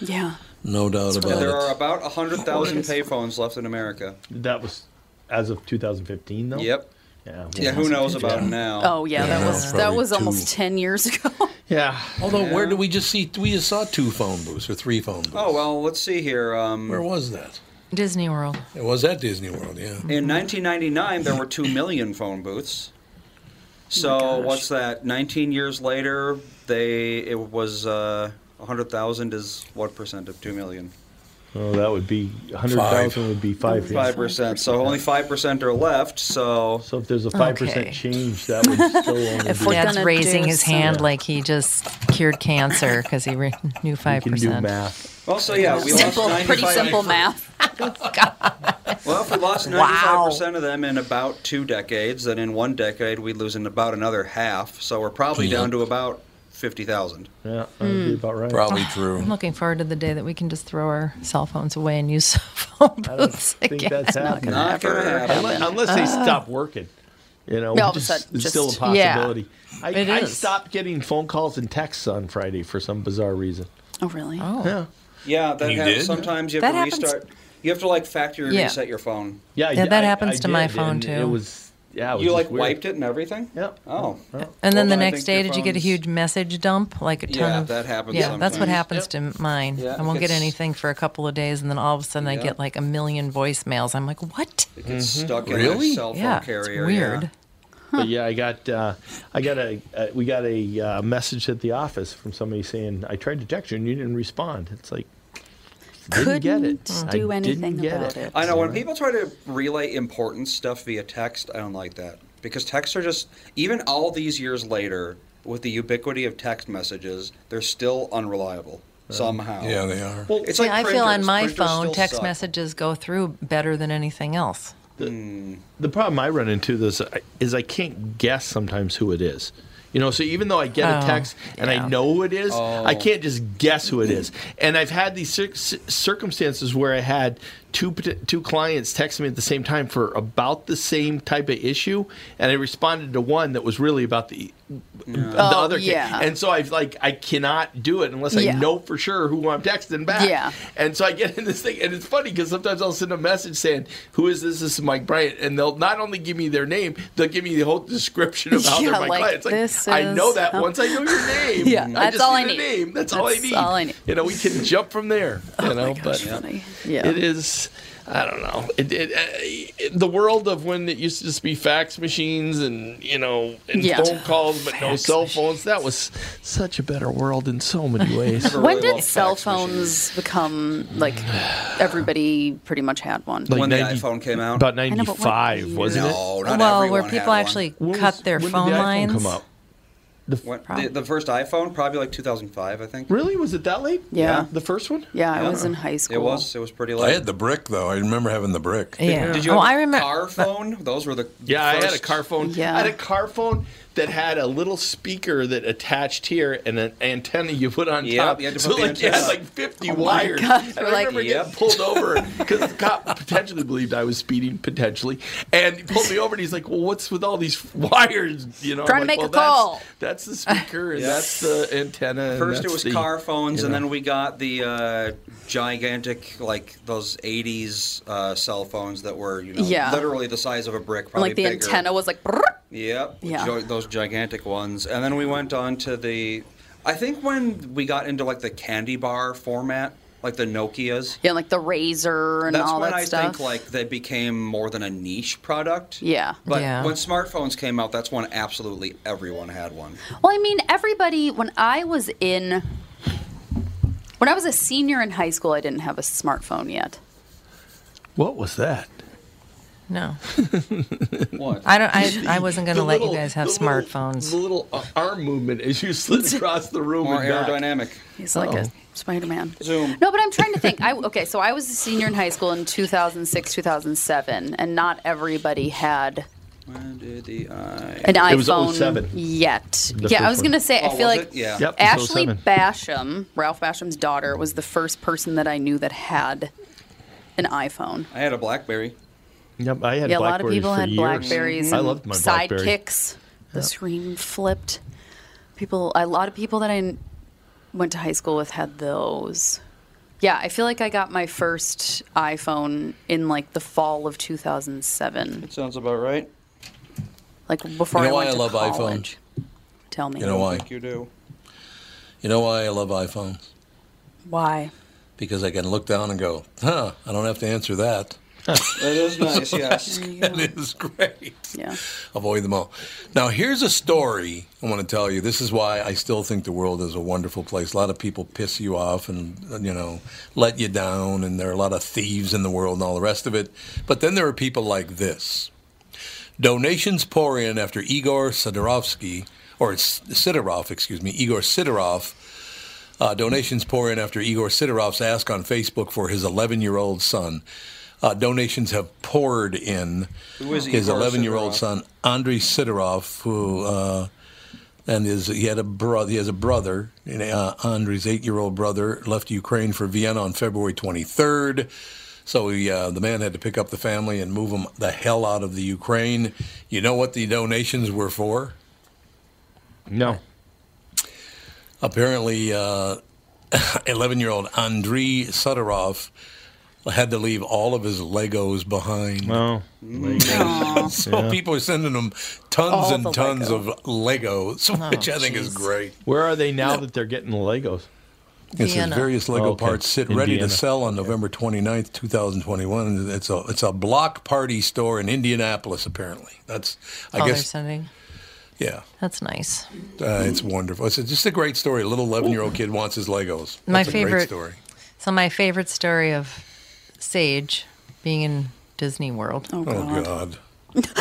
Yeah.
No doubt
And
about
there
it.
are about 100,000
Horrendous.
payphones left in America.
That was as of 2015, though.
Yep.
Yeah.
Yeah, who knows about
Yeah.
now?
Oh yeah, that
Yeah,
was that
probably
was
two.
almost ten years ago.
Yeah.
Although, where do we just see? We just saw two phone booths or three phone booths.
Oh well, let's see here. Um,
Where was that?
Disney World.
It was at Disney World, yeah.
In 1999, there were 2 million phone booths.
Oh
So what's that? 19 years later, they it was uh, 100,000 is what percent of 2 million?
Oh, that would be 100,000 would be 5
Five percent. So only five percent are left. So
So if there's a 5%
Okay.
change, that would still only
If
be
we're
Dad's
gonna
raising
do
his hand
some-
like he just cured cancer because he re- knew
we
five
can do
percent.
math.
well, so yeah, we lost
Simple,
95.
pretty simple math.
Well, if we lost 95 percent of them in about two decades, then in one decade we'd lose in about another half. So we're probably down to about 50,000.
Yeah, that would
Hmm.
be about right.
Probably
I'm
true.
looking forward to the day that we can just throw our cell phones away and use phone
I don't
booths
think
again.
that's happening.
Not gonna happen.
Unless, unless they stop working. You know,
Yeah, Uh, all of a
which is-
sudden,
it's
just-
still a
Yeah.
possibility. I,
It
I
is.
stopped getting phone calls and texts on Friday for some bizarre reason.
Oh really?
Yeah.
Yeah, that
You
happens.
did?
Sometimes you
That
have to
happens-
restart. You have to like factory
Yeah.
reset your phone.
Yeah,
Yeah,
I-
that
I-
happens
I
to my
did,
phone,
and It
too.
was yeah. It was
You
just
like
weird.
wiped it and everything?
Yep.
Oh.
And
Well,
then the
then I
next
think
day,
your
did you get a
phone's-
huge message dump? Like a ton
Yeah,
of.
that happens
Yeah, that's what
sometimes.
happens to mine.
Yeah,
I won't
it
get
gets-
anything for a couple of days, and then all of a sudden I
Yeah.
get like a million voicemails. I'm like, what?
It gets
Mm-hmm.
Mm-hmm.
stuck in
Really?
my cell phone
yeah, it's
carrier.
weird.
yeah.
But yeah, I got uh, I got a uh, we got a uh, message at the office from somebody saying I tried to text you and you didn't respond. It's like didn't get it.
Couldn't
I
do
didn't
anything
get
about it.
I know when people try to relay important stuff via text, I don't like that because texts are just even all these years later with the ubiquity of text messages, they're still unreliable
Oh.
somehow.
Yeah, they are.
Well,
it's
See,
like
I feel on
printers.
my
Printers
phone,
still
text
suck.
messages go through better than anything else. Oh,
The problem I run into this I- is I can't guess sometimes who it is. You know, so even though I get a
Oh,
text and
yeah.
I know who it is, I can't just guess who it is. And I've had these cir- c- circumstances where I had two pot- two clients text me at the same time for about the same type of issue, and I responded to one that was really about the the
Oh,
other. ca-
yeah.
And so I've like I cannot do it unless
Yeah.
I know for sure who I'm texting back.
Yeah.
And so I get in this thing, and it's funny because sometimes I'll send a message saying, "Who is this? This is Mike Bryant," and they'll not only give me their name, they'll give me the whole description of how
Yeah,
they're my
like,
client. It's like
this
I know
is-
that once I know your name.
Yeah, that's
I just
all I
need a
need.
Name. That's, all I
That's
need.
all I need. Oh
You know, we can jump from there. You know, but
Funny. Yeah.
it is. I don't know. It, it, uh, it, the world of when it used to just be fax machines and you know and
Yeah.
phone calls, but no cell phones. That was such a better world in so many ways.
Never
When
really
did
loved
cell
fax machines.
phones become like everybody pretty much had one?
Like
When the
90
iPhone came out?
about
know, but what
ninety-five,
year?
wasn't it?
No, not
well,
everyone
where
had
people
one.
actually
When
cut
was-
their
when did
phone
the iPhone
lines.
Come out?
When- the, the first iPhone, probably like 2005, I think.
Really? Was it that late?
Yeah.
The first one?
yeah, I was in high school.
It was. It was pretty late.
I had the brick, though. I remember having the brick.
Yeah.
Did you
oh,
have
I
a
remember.
car phone? Those were the
Yeah, I had a
first-
car phone.
Yeah.
I had a car phone that had a little speaker that attached here and an antenna you put on
Yep,
top.
you had to
so
put the
like you had
antenna.
like 50
my
wires.
God,
And
we're
I
like-
remember getting
Yep.
pulled over because the cop potentially believed I was speeding, potentially, and he pulled me over and he's like, "Well, what's with all these wires?" You know, I'm
Trying to make
like,
a
well, that's-
call."
That's, the speaker and
Yeah.
that's the antenna. and
First, it
that's
was
the-
car phones,
you
and
know.
then we got the uh, gigantic, like those '80s uh, cell phones that were, you know,
Yeah.
literally the size of a brick,
And,
probably
like the
bigger.
antenna was like. brrrt.
Yep.
Yeah.
gi- those gigantic ones, and then we went on to the. I think when we got into like the candy bar format, like the Nokia's.
Yeah, like the razor and
That's
all
when
that
I
stuff.
think like they became more than a niche product.
Yeah.
But
Yeah.
when smartphones came out, that's when absolutely everyone had one.
Well, I mean, everybody, when I was in, when I was a senior in high school, I didn't have a smartphone yet.
What was that?
No.
What?
I don't- I- I wasn't gonna
The
let you
little-
guys have
the little-
smartphones.
The little uh, arm movement as you slid across the room.
More
and back.
aerodynamic.
He's like a
Uh-oh.
Spider-Man.
Zoom.
No, but I'm trying to think. I okay, so I was a senior in high school in 2006, 2007, and not everybody had
When did the eye-
an
oh
iPhone yet.
The
yeah, I
first
was
one.
gonna say.
Oh,
I feel
was
like
it? Yeah. Yep, it was
oh
Ashley
07.
Basham, Ralph Basham's daughter, was the first person that I knew that had an iPhone.
I had a BlackBerry.
Yep, I had
yeah, a lot of
blackberries
people
for
had
years.
Blackberries.
I
and
loved my Blackberry.
sidekicks. The
Yeah.
screen flipped. People, a lot of people that I kn- went to high school with had those. Yeah, I feel like I got my first iPhone in like the fall of 2007,
Sounds about right.
like before
you
I
know why
went
I
to
love
college.
iPhones?
Tell me.
You know why?
think you do.
You know why I love iPhones?
Why?
Because I can look down and go, huh, I don't have to answer that.
That is nice, yes.
That is great.
Yeah.
Avoid them all. Now, here's a story I want to tell you. This is why I still think the world is a wonderful place. A lot of people piss you off and, you know, let you down, and there are a lot of thieves in the world and all the rest of it. But then there are people like this. Donations pour in after Igor Sidorovsky, or S- Sidorov, excuse me, Igor Sidorov. Uh, donations pour in after Igor Sidorov's ask on Facebook for his 11 year old son. Uh, donations have poured in.
Who is
his
Igor
11 year old
Sidorov?
son, Andrei Sidorov, who. Uh, and his, he had a brother. He has a brother. and, Uh, Andrei's eight-year-old brother left Ukraine for Vienna on February 23rd. So he, uh, the man had to pick up the family and move them the hell out of the Ukraine. You know what the donations were for?
No.
Apparently, uh, 11-year-old Andrei Sudorov had to leave all of his Legos behind.
Oh.
so
Yeah.
people are sending him tons
All
and
the
tons
Lego.
of Legos,
Oh,
which I think is
jeez.
great.
Where are they now that they're getting the Legos?
It says various Lego
Oh, okay.
parts sit
In
ready
Vienna.
to sell on November 29th, 2021. It's a it's a block party store in Indianapolis apparently. That's I
oh, they're
guess
sending.
yeah.
That's nice.
Uh, it's wonderful. It's just a great story. A little 11-year-old kid wants his Legos.
My
That's a
favorite
great story.
So my favorite story of Sage being in Disney World.
Oh god.
Is,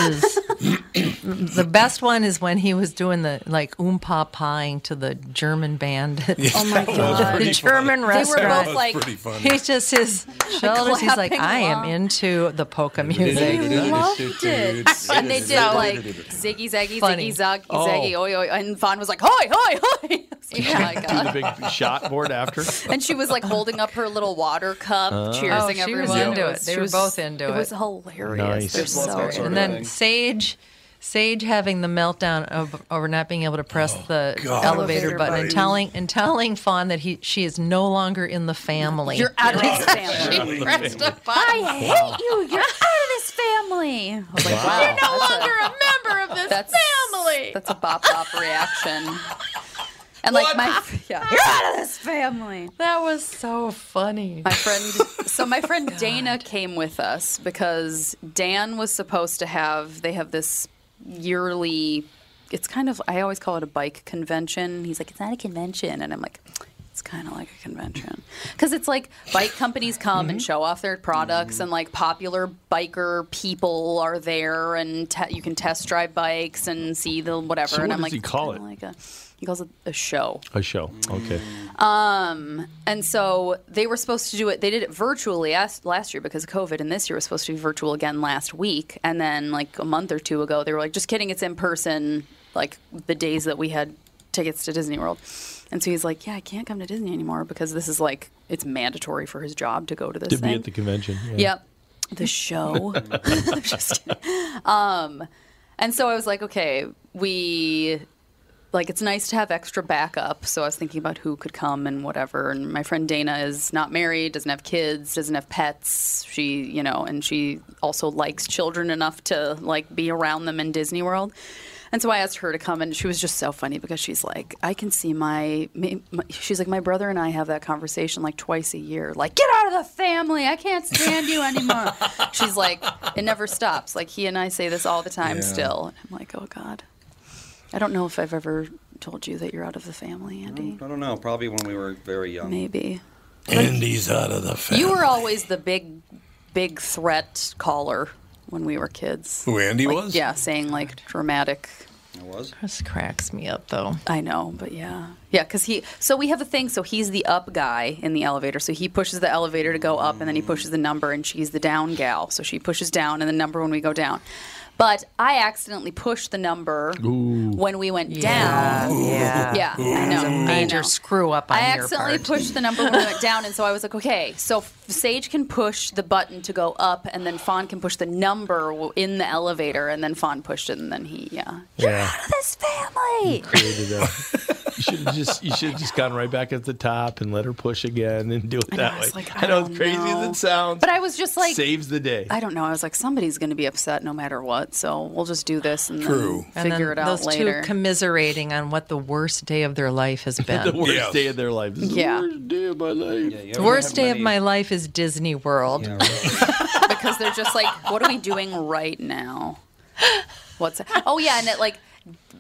the best one is when he was doing the like oompa pawing to the German bandits.
Yeah, Oh, my that was God.
The
pretty
German
funny. They were
restaurant.
both, like- That was pretty funny.
he's just his shoulders. He's like, I am into the polka music.
They loved it. and they did
So
like ziggy zaggy
funny.
ziggy zag
Oh.
zaggy oi oi, and Fawn was like hoi hoi hoi. I was like, oh my
Do the
god.
big shot board after.
And she was like holding up her little water cup,
Uh.
Oh.
cheersing
Oh, she was
everyone.
into it.
was-
They
she
were
was-
both into it.
It was hilarious.
Nice.
They're
Just love
so
that
and
sort of
then
thing.
Sage, Sage having the meltdown of over not being able to press the
Oh, God.
elevator
Elevator
button and
button.
telling and telling Fawn that he she is no longer in the family.
You're out of this
You're out of
family.
the
Rest
family.
up. I hate you. You're out of this family. I was like,
Wow.
You're no longer a, member of this family. That's a bop bop reaction. And like my yeah, you're out of this family.
That was so funny.
My friend, so my friend Dana came with us because Dan was supposed to have. They have this yearly. It's kind of I always call it a bike convention. He's like, it's not a convention, and I'm like, it's kind of like a convention because it's like bike companies come
Mm-hmm.
and show off their products, and like popular biker people are there, and te- you can test drive bikes and see the whatever.
So
and
what
I'm
does
like,
he
"It's
call
kinda Like a, he calls it a show.
A show. Okay.
Um, and so they were supposed to do it. They did it virtually as, last year because of COVID, and this year was supposed to be virtual again last week. And then like a month or two ago, they were like, "Just kidding, it's in person." Like the days that we had tickets to Disney World, and so he's like, "Yeah, I can't come to Disney anymore because this is like it's mandatory for his job to go to this
To
thing."
be at the convention. Yeah.
Yep. The
Oh.
show. I'm just kidding. um, and so I was like, okay, we like it's nice to have extra backup. So I was thinking about who could come and whatever. And my friend Dana is not married, doesn't have kids, doesn't have pets. She, you know, and she also likes children enough to like be around them in Disney World. And so I asked her to come, and she was just so funny because she's like, I can see my, my, my. She's like, my brother and I have that conversation like twice a year. Like, get out of the family. I can't stand you anymore. she's like, it never stops. Like, he and I say this all the time
Yeah.
still. And I'm like, oh, God. I don't know if I've ever told you that you're out of the family, Andy.
I don't know. Probably when we were very young.
Maybe.
Andy's out of the family.
You were always the big, big threat caller. when we were kids.
Who Andy
Like,
was?
Yeah, saying like dramatic. It
was.
This cracks me up though.
I know, but yeah. Yeah, because he. So we have a thing. So he's the up guy in the elevator. So he pushes the elevator to go up, and then he pushes the number, and she's the down gal. So she pushes down, and the number when we go down. But I accidentally pushed the number
Ooh.
when we went
Yeah,
down.
yeah.
Yeah, I know.
a
I
major
know.
screw up on
I
your
accidentally
part.
pushed the number when it went down, and so I was like, okay, so F- Sage can push the button to go up, and then Fawn can push the number w- in the elevator, and then Fawn pushed it, and then he, yeah.
Yeah.
This family!
Created a, you should have just you should have just gone right back at the top and let her push again and do it
I know,
that
I
way.
was like,
I know it's crazy as
know.
it sounds.
But I was just like,
saves the day.
I don't know. I was like, somebody's going to be upset no matter what, so we'll just do this and then
True.
And
figure
then
it out
those
later.
two commiserating on what the worst day of their life has been.
the worst day of their life. This is
Yeah.
the worst day of my life.
The worst day of my life is Disney World.
because they're just like, what are we doing right now? What's oh yeah, and it like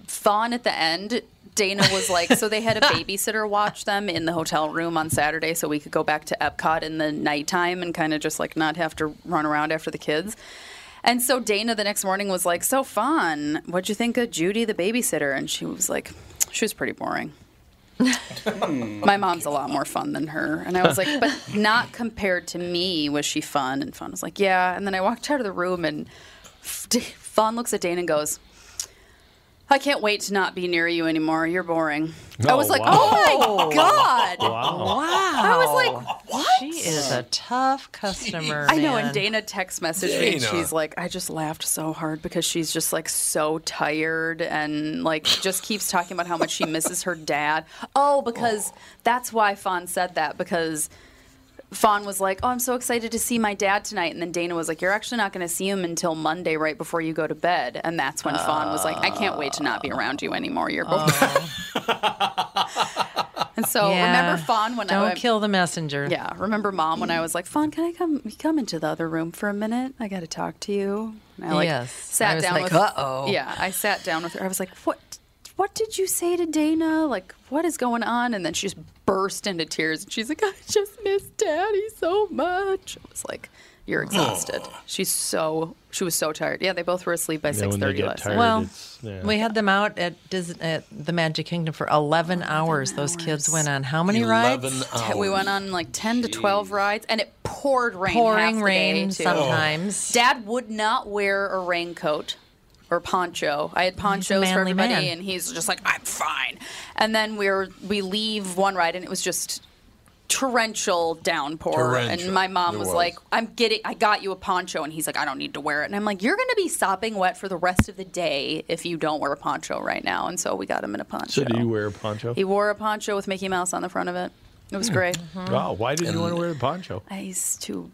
Fawn at the end. Dana was like, so they had a babysitter watch them in the hotel room on Saturday, so we could go back to Epcot in the nighttime and kind of just like not have to run around after the kids. And so Dana the next morning was like, so Fawn, what'd you think of Judy the babysitter? And she was like, she was pretty boring.
Hmm.
My mom's a lot more fun than her. And I was like, but not compared to me was she fun. And Fawn was like, yeah. And then I walked out of the room and F- D- Fawn looks at Dana and goes, I can't wait to not be near you anymore. You're boring. I
Oh,
was like,
wow.
oh my God.
Wow.
I was like, what?
She is a tough customer.
I know,
man.
and Dana text messaged me. and
Dana.
She's like, I just laughed so hard because she's just like so tired and like just keeps talking about how much she misses her dad. Oh, because that's why Fawn said that because Fawn was like, Oh, I'm so excited to see my dad tonight. And then Dana was like, You're actually not going to see him until Monday, right before you go to bed. And that's when Fawn was like, I can't wait to not be around you anymore. You're both.
Oh.
and so remember Fawn when
Don't
I went.
kill the messenger.
Yeah, remember mom when I was like, "Fawn, can I come you come into the other room for a minute? I got to talk to you." And I like
Yes.
sat
I was
down
like,
with
"Uh-oh."
Yeah, I sat down with her. I was like, "What what did you say to Dana? Like, what is going on?" And then she just burst into tears and she's like, "I just miss daddy so much." I was like,
Oh.
"You're exhausted." She's so she was so tired. Yeah, they both were asleep by
Yeah, when they
6:30
get
last
tired,
night.
Well, it's- We had them out at, Dis- at the Magic Kingdom for 11 hours. Those kids went on how many rides?
Te- We went on like 10 to 12 rides and it poured rain.
Pouring
half the
rain
day, too.
sometimes.
Dad would not wear a raincoat or poncho. I had ponchos for
manly
everybody
man.
and he's just like, I'm fine. And then we are we leave one ride and it was just torrential downpour
Torrential.
and my mom
It
was,
was.
like i'm getting i got you a poncho and he's like i don't need to wear it and i'm like you're gonna be sopping wet for the rest of the day if you don't wear a poncho right now and so we got him in a poncho
So do you wear a poncho?
he wore a poncho with Mickey Mouse on the front of it. It
Hmm.
was great.
Wow, why did you want to wear the poncho?
uh-huh. I- He's too.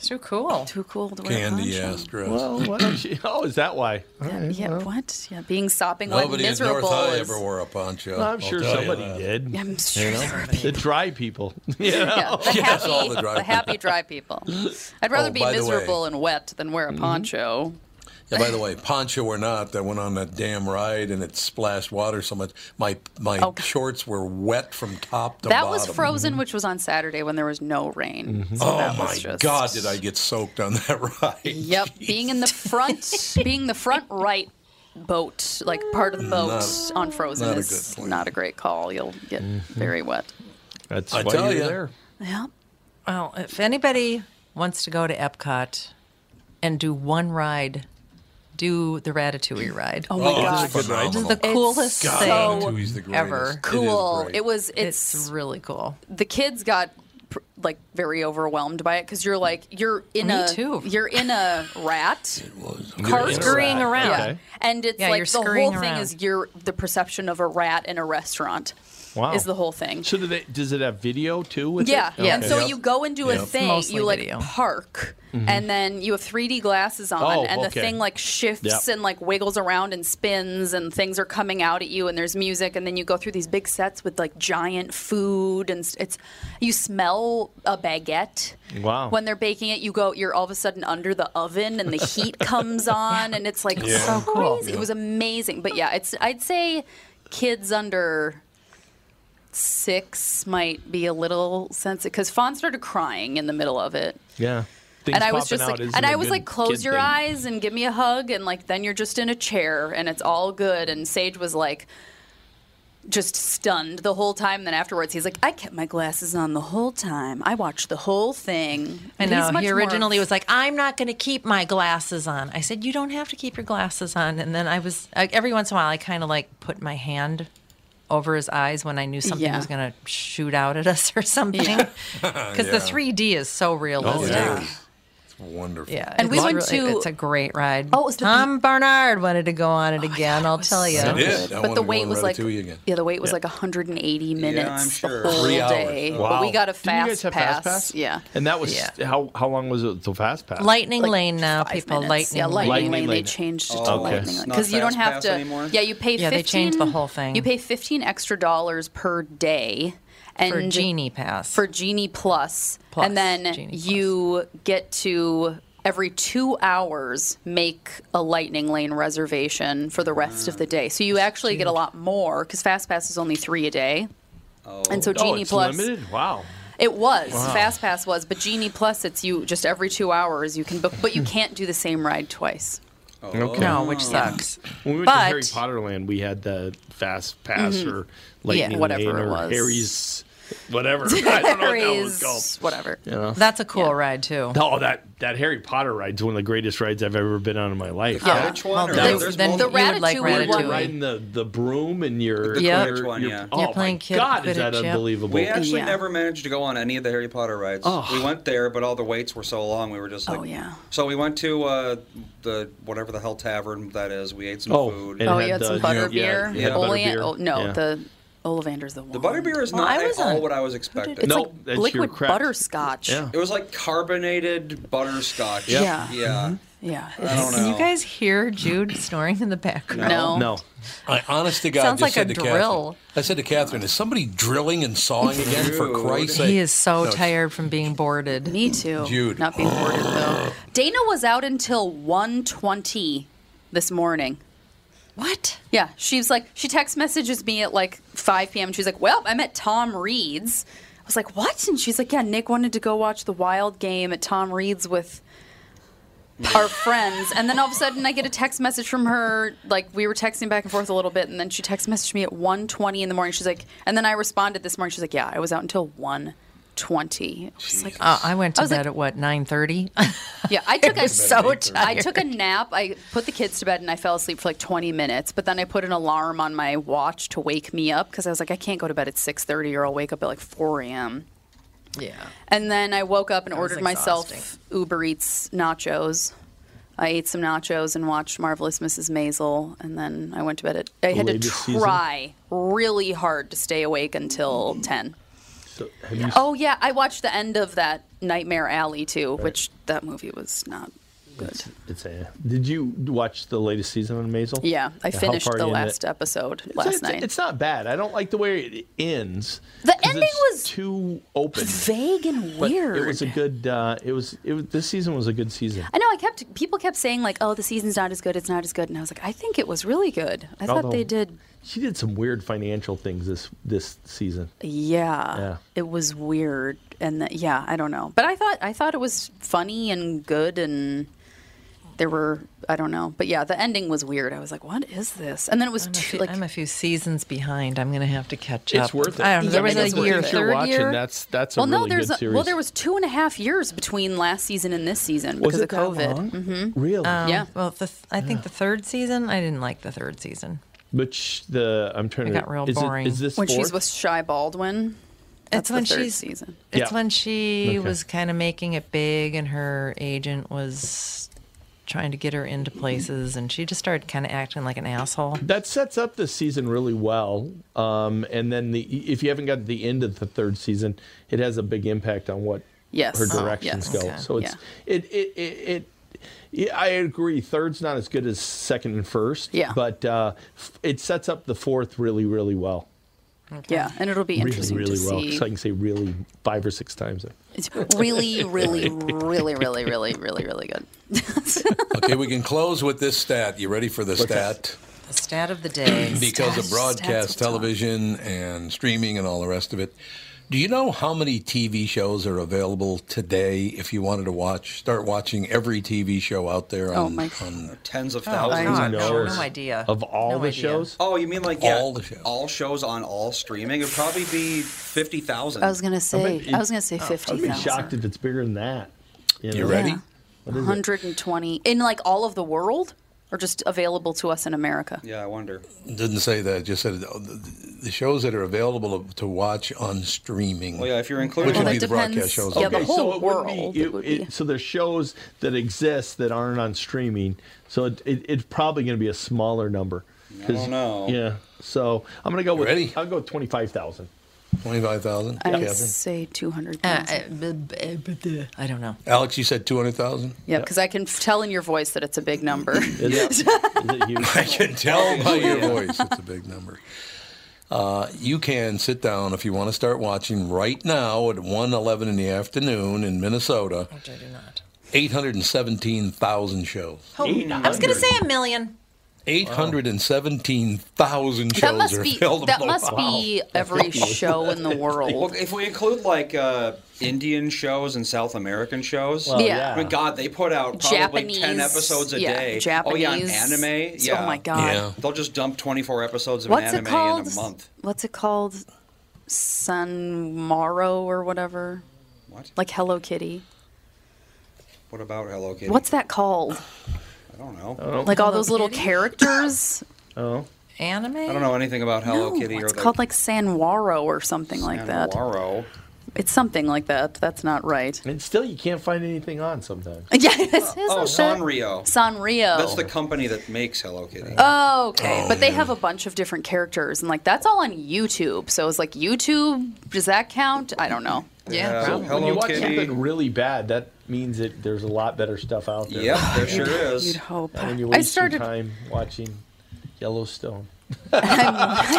too cool.
Too cool to wear a
Candy
poncho.
ass dress.
Well, why don't you? Oh, is that why? All
Yeah,
right,
yeah,
well.
what? Yeah, being sopping wet and
Nobody in North
miserable.
High
is-
ever wore a poncho.
Well, I'm sure somebody did.
I'm sure there were
the dry people. You
Yeah,
know?
the happy, the, happy dry people. I'd rather
Oh,
be
by the way. Mm-hmm.
miserable and wet than wear a poncho.
Yeah, by the way, poncho or not, I went on that damn ride and it splashed water so much. My my shorts were wet from top to
Oh. That
bottom. Mm-hmm.
was frozen, which was on Saturday when there was no rain.
Mm-hmm.
So
oh
that
my
was just
God, did I get soaked on that ride?
Yep, being in the front, being the front right boat, like part of the boat
Not-
on Frozen
not a
is
good Mm-hmm.
not a great call. You'll get very wet.
That's
I
why
Oh,
tell
you're
ya.
there.
Yeah.
Well, if anybody wants to go to Epcot and do one ride, do the Ratatouille ride.
Oh my Oh, God.
this is
This is
phenomenal.
the coolest
God,
thing
Ratatouille's
the greatest. It
ever.
is Cool. great.
It was-
It's, really cool.
The kids got pr- like very overwhelmed by it because you're like you're in
Me
a
too.
you're in a rat
You're in a Scurrying rat. around.
Yeah.
Okay.
and it's
Yeah,
like
you're
the whole
scurrying
thing
around.
is you're the perception of a rat in a restaurant.
Wow.
Is the whole thing.
So do they, does it have video too? With
yeah,
it?
and
Okay.
so you go into
Yep.
a thing,
Mostly
you like
video.
park,
Mhm.
and then you have 3D glasses on,
Oh,
and the
okay.
thing like shifts
Yep.
and like wiggles around and spins, and things are coming out at you, and there's music, and then you go through these big sets with like giant food, and s- it's you smell a baguette.
Wow.
When they're baking it, you go. You're all of a sudden under the oven, and the heat comes on, and it's like
Yeah.
so
So cool.
crazy. It was amazing, but yeah, it's. I'd say kids under six might be a little sensitive because Fawn started crying in the middle of it.
yeah. things
and I was
popping
just
out
like,
isn't
and
a
I was
good
like, close
kid
your
thing.
eyes and give me a hug, and like then you're just in a chair and it's all good. And Sage was like, just stunned the whole time. Then afterwards, he's like, I kept my glasses on the whole time. I watched the whole thing.
I
And
know.
he's much
He
more-
originally was like, I'm not going to keep my glasses on. I said, You don't have to keep your glasses on. And then I was, I, every once in a while, I kind of like put my hand over his eyes when I knew something
Yeah.
was going to shoot out at us or something. Because the 3D is so realistic.
Oh, yeah. It's wonderful.
Oh, Yeah,
And we
it's
went
really-
to-
It's a great ride. Oh, Tom Barnard wanted to go on
Oh,
it again. I'll tell you.
so It is. good. I
But
wanna
the
go
wait
on
was like,
Ratatouille again.
yeah, the wait was like 180 minutes
I'm sure.
the whole
Three hours.
day. But
Wow.
we got a
Didn't you guys
fast
have
pass.
fast pass?
Yeah.
And that was how how long was it till fast pass?
Lightning Lane now, people.
minutes.
Lightning,
Yeah, Oh, Lightning
Lane.
Lightning Lane, they Lane. changed it to
Oh, okay. Lightning Lane.
because you don't have to. Yeah, you pay.
Yeah,
15,
they changed the whole thing.
You pay fifteen extra dollars per day, and
For Genie Pass.
for Genie Plus,
Plus,
and then
Genie
you get to every two hours make a Lightning Lane reservation for the rest of the day. So you actually get a lot more because Fast Pass is only three a day.
Oh.
And so Genie
it's
Plus-
limited. Wow.
It was
Wow.
Fast Pass was, but Genie Plus, it's you just every two hours you can book, but you can't do the same ride twice.
Oh.
Okay.
No, which sucks.
When we went to
But-
Harry Potter Land, we had the fast pass
Mhm.
or lightning
Yeah, whatever
lane
it
or
was.
Harry's whatever. I don't know what that was
Harry's-
called.
Whatever.
You know?
That's a cool ride too.
Oh, that that Harry Potter ride's one of the greatest rides I've ever been on in my life.
The Yeah. Quidditch one, or
That
Then-
was-
there's then multiple- the
you would
Ratatouille
ride-
one.
riding the, the broom and your
The Yep. Quidditch one, yeah.
Oh
You're
my
playing kid
God, is that
Quidditch, yep.
unbelievable?
We actually never managed to go on any of the Harry Potter rides.
Oh.
We went there, but all the waits were so long. We were just like,
Oh, yeah.
So we went to uh, the whatever the hell tavern that is. We ate some
Oh,
food.
and
Oh, you had some butterbeer.
Yeah,
Olean- oh, no, the Olivander's the one. The
butterbeer is
Well,
not
Oh, I was
at all
on-
what I was expecting.
It's like liquid butterscotch.
It was like carbonated butterscotch.
Yep. Yeah.
Yeah.
Mm-hmm.
Yeah.
I don't
Can you
know.
guys hear Jude snoring in the background?
I honest to God
Sounds
just
like
said
a
to
drill.
Catherine, I said to Catherine, is somebody drilling and sawing again for Christ's sake?
He is so
No,
tired from being boarded.
Me too.
Jude.
Not being boarded though. Dana was out until 1.20 this morning.
What?
Yeah, she's like she text messages me at like 5 p.m. She's like, "Well, I'm at Tom Reed's." I was like, "What?" And she's like, "Yeah, Nick wanted to go watch the Wild game at Tom Reed's with our friends." And then all of a sudden, I get a text message from her. Like we were texting back and forth a little bit, and then she text messaged me at 1:20 in the morning. She's like, and then I responded this morning. She's like, "Yeah, I was out until 1:20." I was like,
Uh, I went to
I was
bed
like-
at what nine thirty.
yeah, I took a
was so tired.
I took a nap. I put the kids to bed and I fell asleep for like 20 minutes. But then I put an alarm on my watch to wake me up because I was like, I can't go to bed at 6:30 or I'll wake up at like 4 a.m.
Yeah.
And then I woke up and
That was
ordered myself Uber Eats nachos. I ate some nachos and watched Marvelous Mrs. Maisel, and then I went to bed. At, I
The
had to
latest season?
try really hard to stay awake
Mm-hmm.
until 10.
So have you
Oh yeah, I watched the end of that Nightmare Alley too, which that movie was not good.
It's a, did you watch the latest season of Maisel?
Yeah, I
how
finished
far
the
in
last
it?
episode
It's-
last
it's,
night.
It's not bad. I don't like the way it ends.
The
'cause
ending
it's
was
too open,
vague and
but
weird.
It was a good. Uh, it was. It was, this season was a good season.
I know I kept people kept saying like, "Oh, the season's not as good. It's not as good," and I was like, "I think it was really good. I thought
Although,
they did.
She did some weird financial things this this season.
Yeah,
Yeah.
it was weird, and that, yeah, I don't know, but I thought I thought it was funny and good, and there were I don't know, but yeah, the ending was weird. I was like, "What is this?" And then it was
I'm a,
too,
few,
like
I'm a few seasons behind. I'm going to have to catch up.
It's worth it.
I don't know. There
Yeah,
was
it's
a
worth
year,
it. If you're
third
watching,
year.
That's that's a
well,
really
no, there's
good
a,
series.
well, there was two and a half years between last season and this season because of COVID.
Mm-hmm. Really?
Um,
Yeah.
Well, the th- I think the third season. I didn't like the third season.
But sh- the I'm trying
It
to.
got real
is it-
boring.
is this
when she's
fourth?
with Shy Baldwin.
it's
That's
when
the third
she's
season.
It's
Yeah.
when she
Okay.
was kind of making it big, and her agent was trying to get her into places, and she just started kind of acting like an asshole.
That sets up the season really well, um, and then the if you haven't got to the end of the third season, it has a big impact on what
Yes.
her
Oh,
directions
yes.
go.
Okay.
So it's it it it. it yeah, I agree. Third's not as good as second and first.
Yeah.
But uh, f- it sets up the fourth really, really well.
Yeah, and it'll be
Really,
interesting
really
to
well.
see.
So I can say really five or six times.
It's really, really, really, really, really, really, really good.
okay, we can close with this stat. You ready for the stat?
The stat of the day.
because of
Stats-
broadcast
stats of
television and streaming and all the rest of it, Do you know how many TV shows are available today if you wanted to watch? Start watching every TV show out there on,
Oh, my-
on
tens of
Oh,
thousands.
God, no, no idea. Of all No the idea. shows?
Oh, you mean like yeah,
All
all shows? on all streaming? It'd probably be fifty thousand.
I was gonna say-
bet
I was gonna say
Oh, I'd be
50,000.
shocked if it's bigger than that. You,
You ready? Yeah.
What is it?
120 in like all of the world, or just available to us in America?
Yeah, I wonder.
Didn't say that. Just said uh, the the shows that are available to, to watch on streaming.
Well, Oh, yeah, if you're
which
including
would be the broadcast shows.
Okay, so it Would be, it- it- so there's shows that exist that aren't on streaming. So it, it, it's probably going to be a smaller number. 'Cause-
I don't know.
Yeah. So I'm going to go with. I'll go with twenty-five thousand.
Twenty-five thousand.
I would say 200.
Uh, I don't know.
Alex, you said two hundred thousand.
Yeah, because I can f- tell in your voice that it's a big number.
I can tell by your voice it's a big number. Uh, you can sit down if you want to start watching right now at 1.11 in the afternoon in Minnesota. Which I do not. 817,000 shows.
Oh, I was going to say a million.
817,000 shows
That must
are
be
available.
that must be every show in the
Well,
world.
if we include like uh, Indian shows and South American shows,
Well, Yeah. yeah.
I mean, God, they put out probably ten
Japanese-
episodes a
yeah,
day. oh yeah, and
Japanese-
anime.
oh
Yeah.
my God. Yeah.
They'll just dump twenty four episodes of
What's
an
it
anime
called?
in a month.
What's it called? Sunmaro or whatever.
What?
Like Hello Kitty.
What about Hello Kitty?
What's that called?
I don't know.
Like all those little characters.
Oh.
Anime.
I don't know anything about Hello
No,
Kitty or
It's
the
called like Sanwaro or something like that.
Sanwaro.
It's something like that. That's not right.
And still, you can't find anything on sometimes.
Yeah, it is.
Oh, Sanrio.
Sanrio.
That's the company that makes Hello Kitty.
Oh, okay.
Oh,
but they have a bunch of different characters, and like that's all on YouTube. So it's like YouTube. Does that count? I don't know.
So when you watch something really bad, that means that there's a lot better stuff out there.
Yep, there sure is.
You'd hope.
And when you
I
waste
started-
your time watching Yellowstone.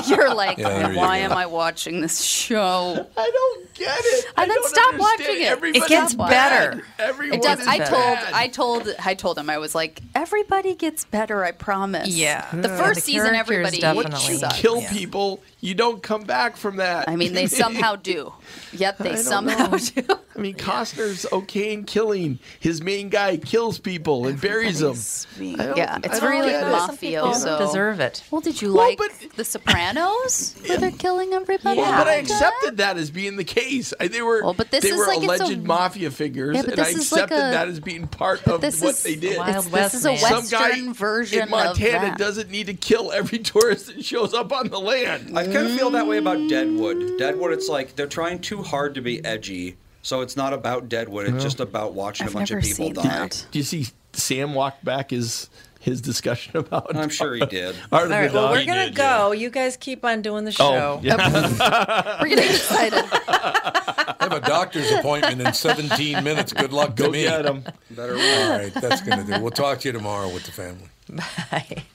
You're like,
Yeah, there you
why
go.
am I watching this show?
I don't get it.
I then stop watching it.
Everybody's It gets
Stop
better.
watching it.
Everyone
it does.
is
I
better.
told. I told. I told him. I was like, everybody gets better. I promise.
Yeah.
The
Yeah,
first
the
season,
characters
everybody
definitely-
You
sucked.
kill people, you don't come back from that.
I mean, they somehow do. Yep,
I
they
don't
somehow
know.
do.
I mean, Costner's okay in killing. His main guy kills people and buries them. I don't-
Yeah, it's
I don't
very like
get it.
mafioso.
deserve it.
Well, did you
Well,
like The Sopranos? Where they're killing everybody.
Well, but I
like that?
accepted that as being the case. I, they were
but this
they
is
were
like it's a-
alleged mafia figures,
Yeah, but
and I
this is like
accepted
a-
that as being part of
this
what
is-
they did.
Wild it's- this is a West, man.
Some guy
Western version
in
of
Montana
that.
doesn't need to kill every tourist that shows up on the land.
I kind of feel that way
mm.
about Deadwood. Deadwood, it's like they're trying too hard to be edgy, so it's not about Deadwood. It's just about watching
I've
a bunch of
never
people
seen
die.
that. Do you see Sam walk back his his discussion about? I'm
sure he did.
Art
All
of
right,
the
well,
Dog?
we're going to go. You guys keep on doing the show.
Oh, yeah.
We're getting excited.
I have a doctor's appointment in 17 minutes. Good luck to
Go
me.
get 'em.
All right, that's going to do. We'll talk to you tomorrow with the family.